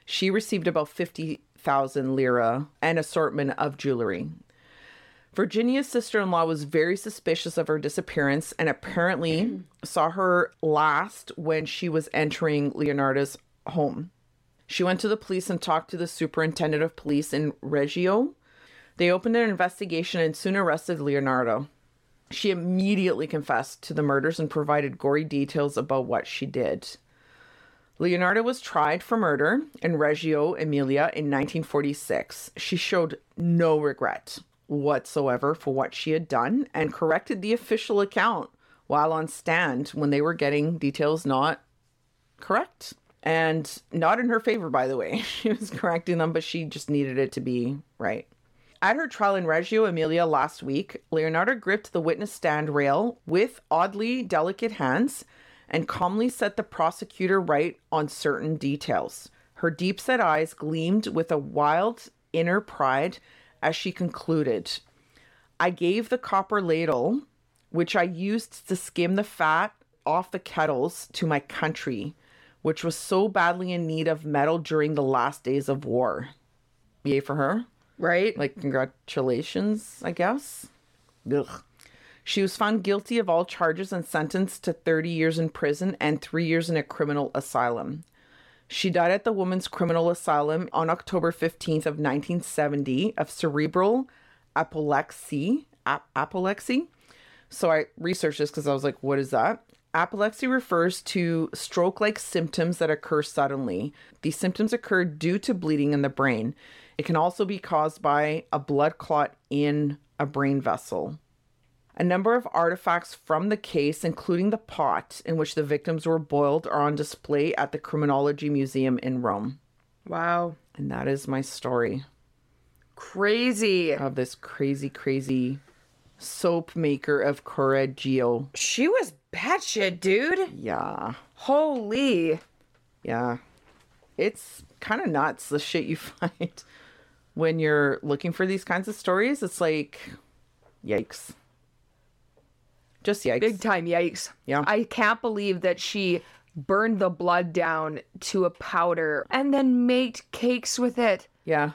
She received about 50,000 lira and assortment of jewelry. Virginia's sister in law was very suspicious of her disappearance and apparently saw her last when she was entering Leonardo's home. She went to the police and talked to the superintendent of police in Reggio. They opened an investigation and soon arrested Leonardo. She immediately confessed to the murders and provided gory details about what she did. Leonardo was tried for murder in Reggio Emilia in 1946. She showed no regret whatsoever for what she had done and corrected the official account while on stand when they were getting details not correct. And not in her favor, by the way. She was correcting them, but she just needed it to be right. At her trial in Reggio Emilia last week, Leonardo gripped the witness stand rail with oddly delicate hands and calmly set the prosecutor right on certain details. Her deep set eyes gleamed with a wild inner pride as she concluded I gave the copper ladle, which I used to skim the fat off the kettles, to my country, which was so badly in need of metal during the last days of war. Yay for her right? like congratulations, I guess. Ugh. She was found guilty of all charges and sentenced to 30 years in prison and three years in a criminal asylum. She died at the woman's criminal asylum on October 15th of 1970 of cerebral apoplexy. Ap- apoplexy. So I researched this because I was like, what is that? Apoplexy refers to stroke like symptoms that occur suddenly. These symptoms occur due to bleeding in the brain. It can also be caused by a blood clot in a brain vessel. A number of artifacts from the case, including the pot in which the victims were boiled, are on display at the Criminology Museum in Rome. Wow. And that is my story Crazy. of this crazy, crazy soap maker of Correggio. She was batshit, dude. Yeah. Holy. Yeah. It's kind of nuts the shit you find when you're looking for these kinds of stories. It's like, yikes. Just yikes. Big time yikes. Yeah. I can't believe that she burned the blood down to a powder and then made cakes with it. yeah.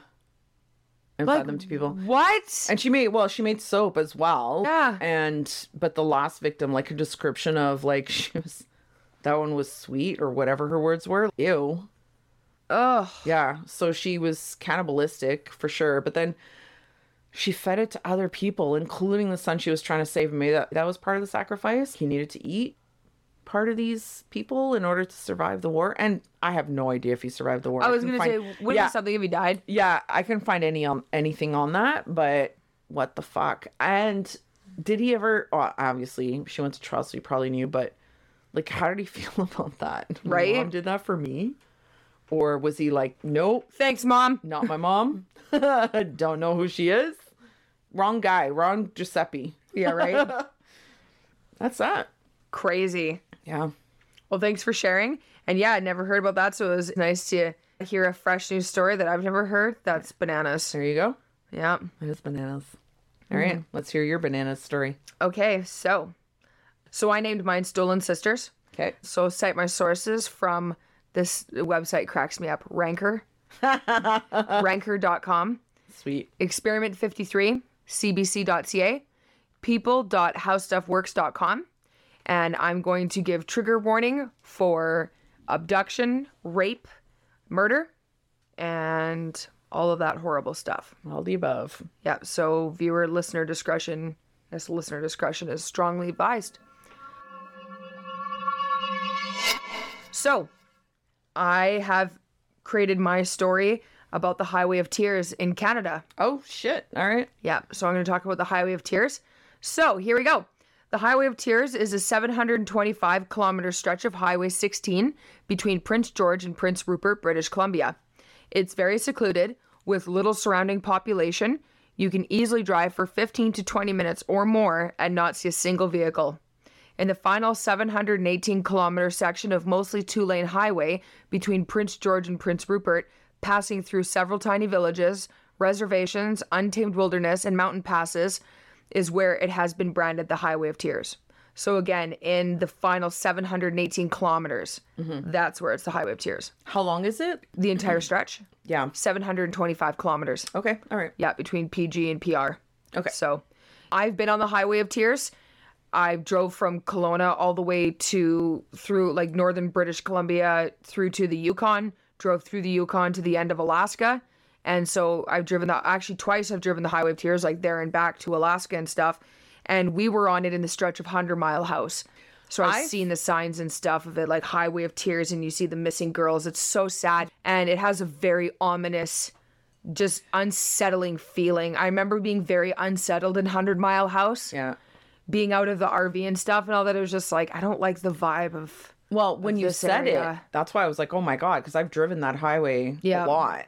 And Like, fed them to people. What? And she made well, she made soap as well. Yeah. And but the last victim, like a description of like she was that one was sweet or whatever her words were. Ew. Ugh. Yeah. So she was cannibalistic for sure. But then she fed it to other people, including the son she was trying to save. Maybe that, that was part of the sacrifice. He needed to eat part of these people in order to survive the war. And I have no idea if he survived the war. I was couldn't gonna say, find- wouldn't yeah, be something if he died? yeah, I couldn't find any on anything on that, but what the fuck? And did he ever? Well, obviously, she went to trial, so he probably knew. But like, how did he feel about that? My Right? mom did that for me, or was he like, nope, Thanks, mom. not my mom. Don't know who she is. Wrong guy, wrong Giuseppe. Yeah, right. That's that. Crazy. Yeah. Well, thanks for sharing. And yeah, I never heard about that, so it was nice to hear a fresh new story that I've never heard. That's bananas. There you go. Yeah. It is bananas. All right, let's hear your banana story. Okay, so so I named mine Stolen Sisters. Okay. So cite my sources from this website cracks me up. Ranker. Ranker.com. Sweet. Experiment 53, cbc.ca, people.howstuffworks.com. And I'm going to give trigger warning for abduction, rape, murder, and all of that horrible stuff. All the above. Yeah, so viewer listener discretion, this listener discretion is strongly advised. So, I have created my story about the Highway of Tears in Canada. Oh shit. All right. Yeah, so I'm going to talk about the Highway of Tears. So here we go. The Highway of Tears is a 725 kilometer stretch of Highway 16 between Prince George and Prince Rupert, British Columbia. It's very secluded with little surrounding population. You can easily drive for 15 to 20 minutes or more and not see a single vehicle. In the final 718 kilometer section of mostly two lane highway between Prince George and Prince Rupert, passing through several tiny villages, reservations, untamed wilderness, and mountain passes, is where it has been branded the Highway of Tears. So, again, in the final 718 kilometers, that's where it's the Highway of Tears. How long is it? The entire stretch, Yeah. 725 kilometers. Okay. All right. Yeah, between PG and PR. Okay. So I've been on the Highway of Tears. I drove from Kelowna all the way to through like northern British Columbia through to the Yukon, drove through the Yukon to the end of Alaska. And so I've driven the actually twice I've driven the Highway of Tears, like there and back to Alaska and stuff. And we were on it in the stretch of Hundred Mile House. So I've I've- seen the signs and stuff of it, like Highway of Tears, and you see the missing girls. It's so sad. And it has a very ominous just unsettling feeling. I remember being very unsettled in Hundred Mile House, Yeah. being out of the RV and stuff and all that. It was just like I don't like the vibe of Well, when you this said it, area. that's why I was like, oh my God, because I've driven that highway Yeah. a lot.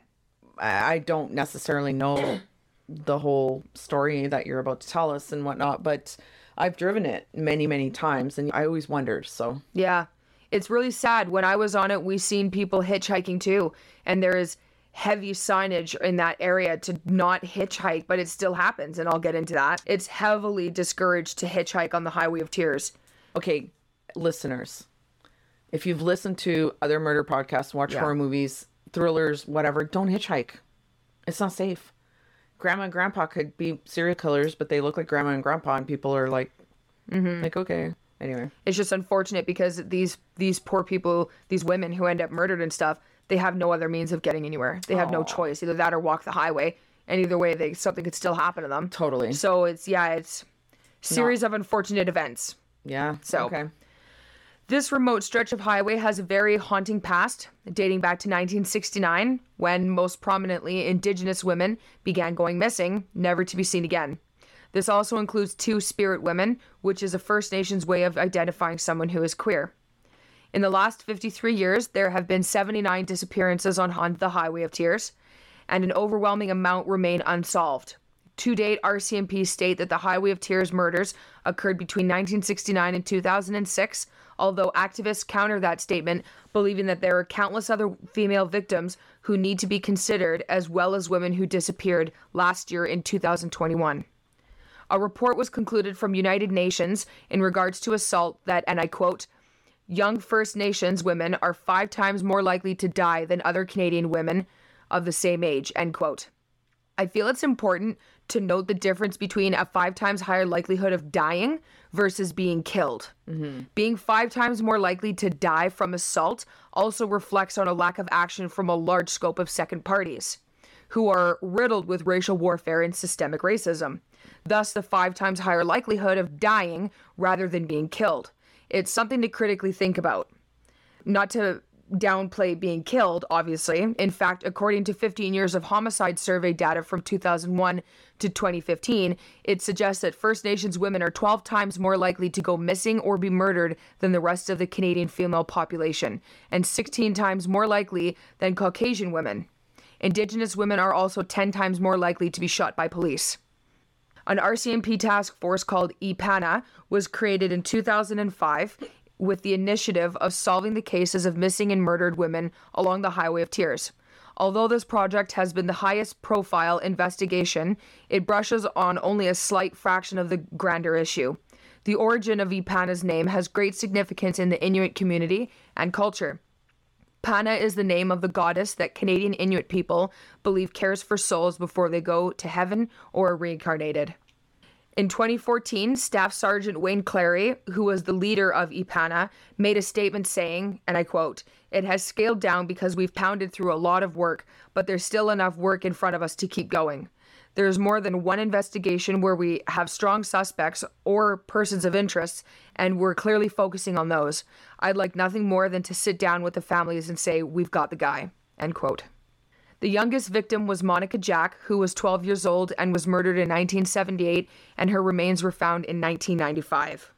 I I don't necessarily know the whole story that you're about to tell us and whatnot, but I've driven it many, many times and I always wondered. So Yeah. It's really sad. When I was on it, we seen people hitchhiking too, and there is heavy signage in that area to not hitchhike, but it still happens, and I'll get into that. It's heavily discouraged to hitchhike on the Highway of Tears. okay, listeners, if you've listened to other murder podcasts, watch horror movies, thrillers, whatever, don't hitchhike. It's not safe. Grandma and grandpa could be serial killers, but they look like grandma and grandpa, and people are like, Mm-hmm. like okay. Anyway, It's just unfortunate because these these poor people, these women who end up murdered and stuff, they have no other means of getting anywhere. They have no choice, either that or walk the highway. And either way, they something could still happen to them. totally. So it's yeah, it's series of unfortunate events. Yeah. So- okay. This remote stretch of highway has a very haunting past, dating back to 1969, when most prominently Indigenous women began going missing, never to be seen again. This also includes two spirit women, which is a First Nations way of identifying someone who is queer. In the last 53 years, there have been 79 disappearances on Han- the Highway of Tears, and an overwhelming amount remain unsolved. To date, RCMP state that the Highway of Tears murders occurred between 1969 and 2006, although activists counter that statement, believing that there are countless other female victims who need to be considered, as well as women who disappeared last year in 2021. A report was concluded from United Nations in regards to assault that, and I quote, young First Nations women are five times more likely to die than other Canadian women of the same age, end quote. I feel it's important to note the difference between a five times higher likelihood of dying versus being killed. Being five times more likely to die from assault also reflects on a lack of action from a large scope of second parties who are riddled with racial warfare and systemic racism. Thus, the five times higher likelihood of dying rather than being killed. It's something to critically think about not to downplay being killed, obviously. In fact, according to 15 years of homicide survey data from 2001 to 2015, it suggests that First Nations women are 12 times more likely to go missing or be murdered than the rest of the Canadian female population, and 16 times more likely than Caucasian women. Indigenous women are also 10 times more likely to be shot by police. An RCMP task force called E EPANA was created in 2005 with the initiative of solving the cases of missing and murdered women along the Highway of Tears. Although this project has been the highest profile investigation, it brushes on only a slight fraction of the grander issue. The origin of E EPANA's name has great significance in the Inuit community and culture. Pana is the name of the goddess that Canadian Inuit people believe cares for souls before they go to heaven or are reincarnated. In 2014, Staff Sergeant Wayne Clary, who was the leader of IPANA, made a statement saying, and I quote, It has scaled down because we've pounded through a lot of work, but there's still enough work in front of us to keep going. There's more than one investigation where we have strong suspects or persons of interest, and we're clearly focusing on those. I'd like nothing more than to sit down with the families and say, We've got the guy, end quote. The youngest victim was Monica Jack, who was 12 years old and was murdered in 1978, and her remains were found in 1995.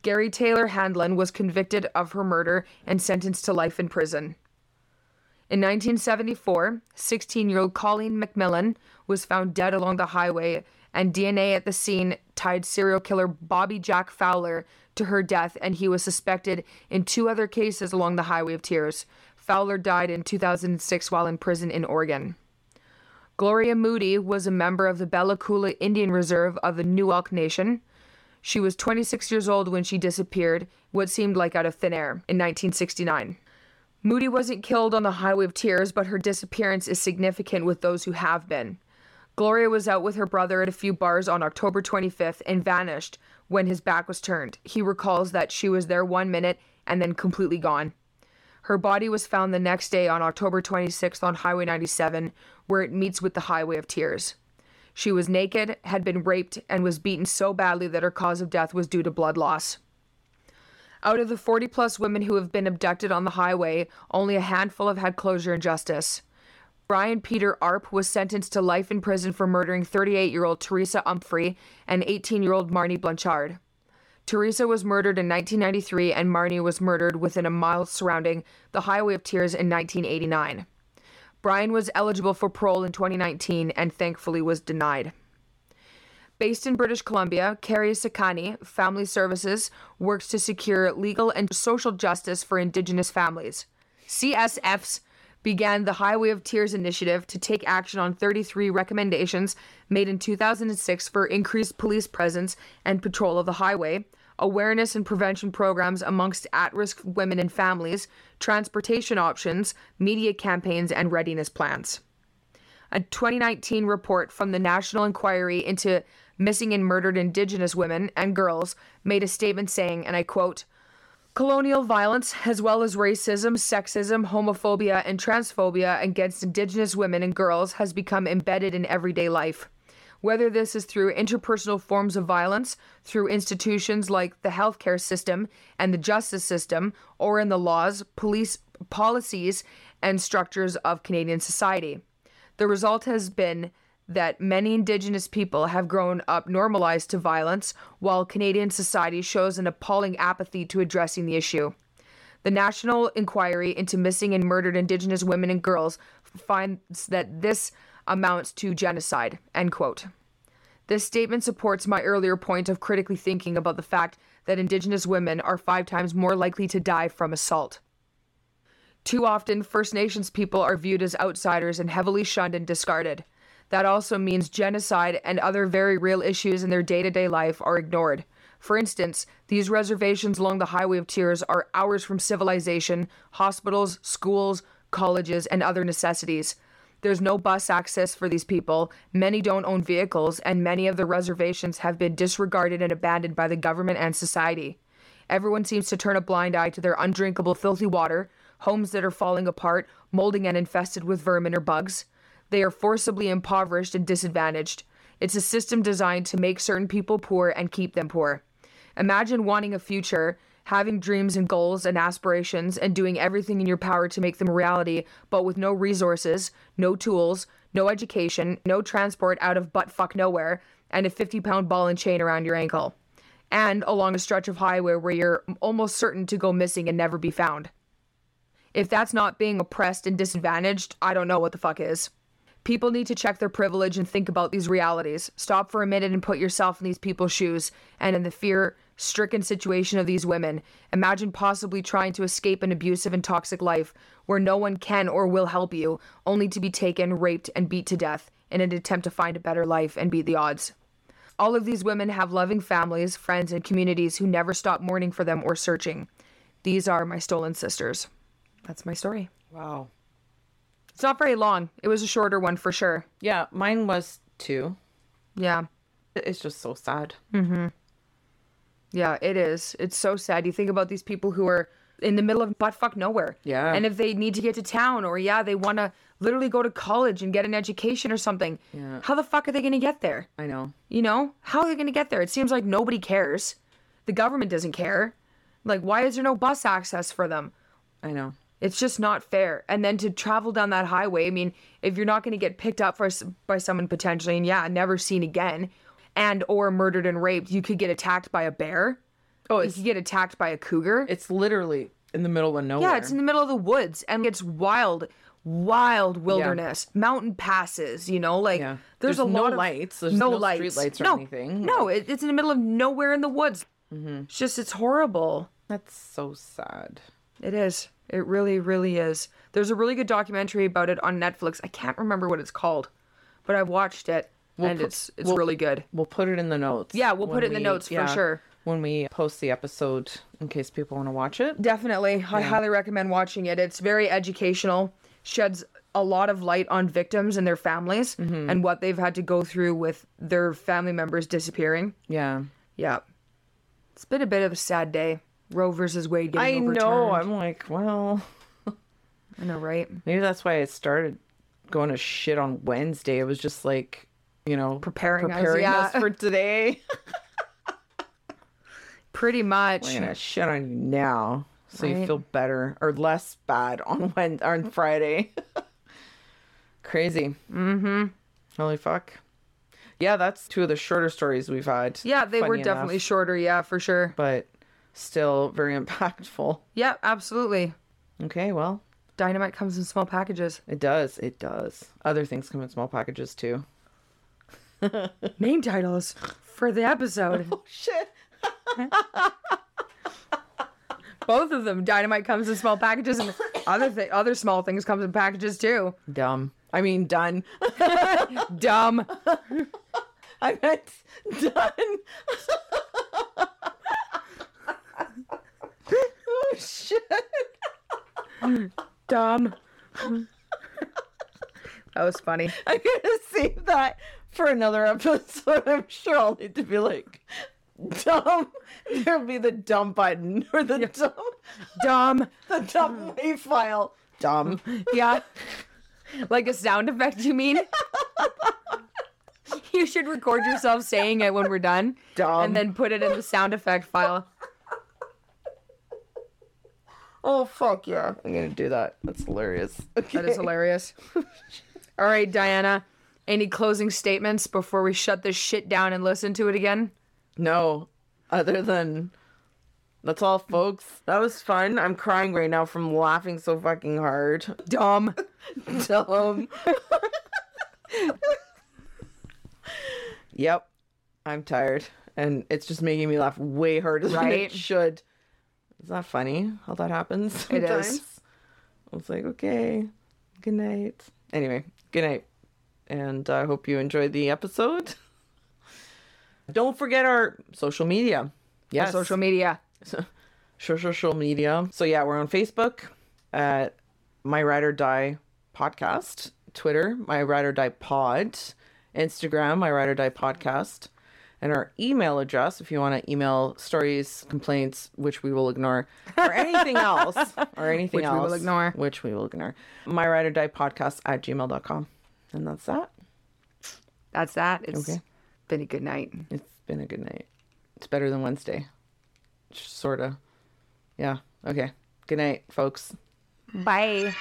Gary Taylor Handlin was convicted of her murder and sentenced to life in prison. In 1974, 16 year old Colleen McMillan was found dead along the highway, and DNA at the scene tied serial killer Bobby Jack Fowler to her death, and he was suspected in two other cases along the Highway of Tears. Fowler died in 2006 while in prison in Oregon. Gloria Moody was a member of the Bella Coola Indian Reserve of the Nuwak Nation. She was 26 years old when she disappeared, what seemed like out of thin air, in 1969. Moody wasn't killed on the Highway of Tears, but her disappearance is significant with those who have been. Gloria was out with her brother at a few bars on October 25th and vanished when his back was turned. He recalls that she was there one minute and then completely gone. Her body was found the next day on October 26th on Highway 97, where it meets with the Highway of Tears. She was naked, had been raped, and was beaten so badly that her cause of death was due to blood loss. Out of the 40 plus women who have been abducted on the highway, only a handful have had closure and justice. Brian Peter Arp was sentenced to life in prison for murdering 38 year old Teresa Umphrey and 18 year old Marnie Blanchard. Teresa was murdered in 1993 and Marnie was murdered within a mile surrounding the Highway of Tears in 1989. Brian was eligible for parole in 2019 and thankfully was denied. Based in British Columbia, Carrie Sakani Family Services works to secure legal and social justice for Indigenous families. CSFs began the Highway of Tears initiative to take action on 33 recommendations made in 2006 for increased police presence and patrol of the highway, awareness and prevention programs amongst at risk women and families, transportation options, media campaigns, and readiness plans a 2019 report from the National Inquiry into Missing and Murdered Indigenous Women and Girls made a statement saying, and I quote, Colonial violence, as well as racism, sexism, homophobia, and transphobia against Indigenous women and girls, has become embedded in everyday life. Whether this is through interpersonal forms of violence, through institutions like the healthcare system and the justice system, or in the laws, police policies, and structures of Canadian society. The result has been that many Indigenous people have grown up normalized to violence, while Canadian society shows an appalling apathy to addressing the issue. The National Inquiry into Missing and Murdered Indigenous Women and Girls finds that this amounts to genocide. End quote. This statement supports my earlier point of critically thinking about the fact that Indigenous women are five times more likely to die from assault. Too often, First Nations people are viewed as outsiders and heavily shunned and discarded. That also means genocide and other very real issues in their day to day life are ignored. For instance, these reservations along the Highway of Tears are hours from civilization, hospitals, schools, colleges, and other necessities. There's no bus access for these people, many don't own vehicles, and many of the reservations have been disregarded and abandoned by the government and society. Everyone seems to turn a blind eye to their undrinkable, filthy water, homes that are falling apart, molding and infested with vermin or bugs. They are forcibly impoverished and disadvantaged. It's a system designed to make certain people poor and keep them poor. Imagine wanting a future, having dreams and goals and aspirations, and doing everything in your power to make them a reality, but with no resources, no tools, no education, no transport out of butt fuck nowhere, and a 50 pound ball and chain around your ankle. And along a stretch of highway where you're almost certain to go missing and never be found. If that's not being oppressed and disadvantaged, I don't know what the fuck is. People need to check their privilege and think about these realities. Stop for a minute and put yourself in these people's shoes and in the fear stricken situation of these women. Imagine possibly trying to escape an abusive and toxic life where no one can or will help you, only to be taken, raped, and beat to death in an attempt to find a better life and beat the odds. All of these women have loving families, friends, and communities who never stop mourning for them or searching. These are my stolen sisters. That's my story. Wow. It's not very long. It was a shorter one for sure. Yeah, mine was too. Yeah. It's just so sad. Mm. Yeah, it is. It's so sad. You think about these people who are in the middle of buttfuck nowhere. Yeah. And if they need to get to town or yeah, they want to literally go to college and get an education or something. Yeah. How the fuck are they going to get there? I know. You know? How are they going to get there? It seems like nobody cares. The government doesn't care. Like why is there no bus access for them? I know. It's just not fair. And then to travel down that highway, I mean, if you're not going to get picked up for, by someone potentially, and yeah, never seen again, and or murdered and raped, you could get attacked by a bear. Oh, You it's could get attacked by a cougar. it's literally in the middle of nowhere. Yeah, it's in the middle of the woods, and it's wild, wild wilderness, mountain passes. You know, like Yeah. there's, There's a no lot of lights, there's no streetlights or no, anything, Mm-hmm. No, it, it's in the middle of nowhere in the woods. It's just it's horrible. That's so sad. It is. It really, really is. There's a really good documentary about it on Netflix. I can't remember what it's called, but I've watched it and put- it's it's we'll- really good. We'll put it in the notes. Yeah, we'll put when it in the notes for sure. When we post the episode, in case people want to watch it. Definitely. I highly recommend watching it. It's very educational, sheds a lot of light on victims and their families and what they've had to go through with their family members disappearing. Yeah. Yeah. It's been a bit of a sad day. Roe versus Wade I getting overturned. know. I'm like, well, I know, right? maybe that's why I started going to shit on Wednesday. It was just like, you know, Preparing us, preparing yeah. us for today. Pretty much. I'm gonna shit on you now, so you Right. feel better or less bad on Wednesday on Friday. Crazy. Mm-hmm. Holy fuck. Yeah, that's two of the shorter stories we've had. Yeah, they were funny enough, definitely shorter. Yeah, for sure. but still very impactful. Yeah, absolutely. Okay, well, Dynamite comes in small packages. It does. It does. Other things come in small packages too. Name titles for the episode. Oh shit. Both of them. Dynamite comes in small packages, and other th- other small things comes in packages too. Dumb. I mean done. Dumb. I meant done. oh shit. Dumb. that was funny. I'm gonna save that for another episode. I'm sure I'll need to be like dumb. There'll be the dumb button or the dumb Dumb. the dumb wave file. Dumb. Yeah. Like a sound effect, you mean? you should record yourself saying it when we're done Dumb. and then put it in the sound effect file. oh fuck yeah. I'm gonna do that. That's hilarious. Okay. That is hilarious. All right, Diana, any closing statements before we shut this shit down and listen to it again? No. Other than that's all folks. That was fun. I'm crying right now from laughing so fucking hard. Dumb. Dumb. yep. I'm tired. And it's just making me laugh way harder than Right? it should. Is that funny how that happens? It is. Sometimes? I was like, okay, good night. Anyway, good night. And I hope you enjoyed the episode. Don't forget our social media. Yes. Social media. social media. So yeah, we're on Facebook at My Ride or Die Podcast, Twitter, My Ride or Die Pod, Instagram, My Ride or Die Podcast, and our email address if you want to email stories, complaints, which we will ignore, or anything else, or anything Which we else, will ignore. which we will ignore. My Ride or Die Podcast at gmail.com. And that's that. That's that. It's Okay. been a good night. It's been a good night. It's better than Wednesday. Sort of. Yeah. Okay. Good night, folks. Bye.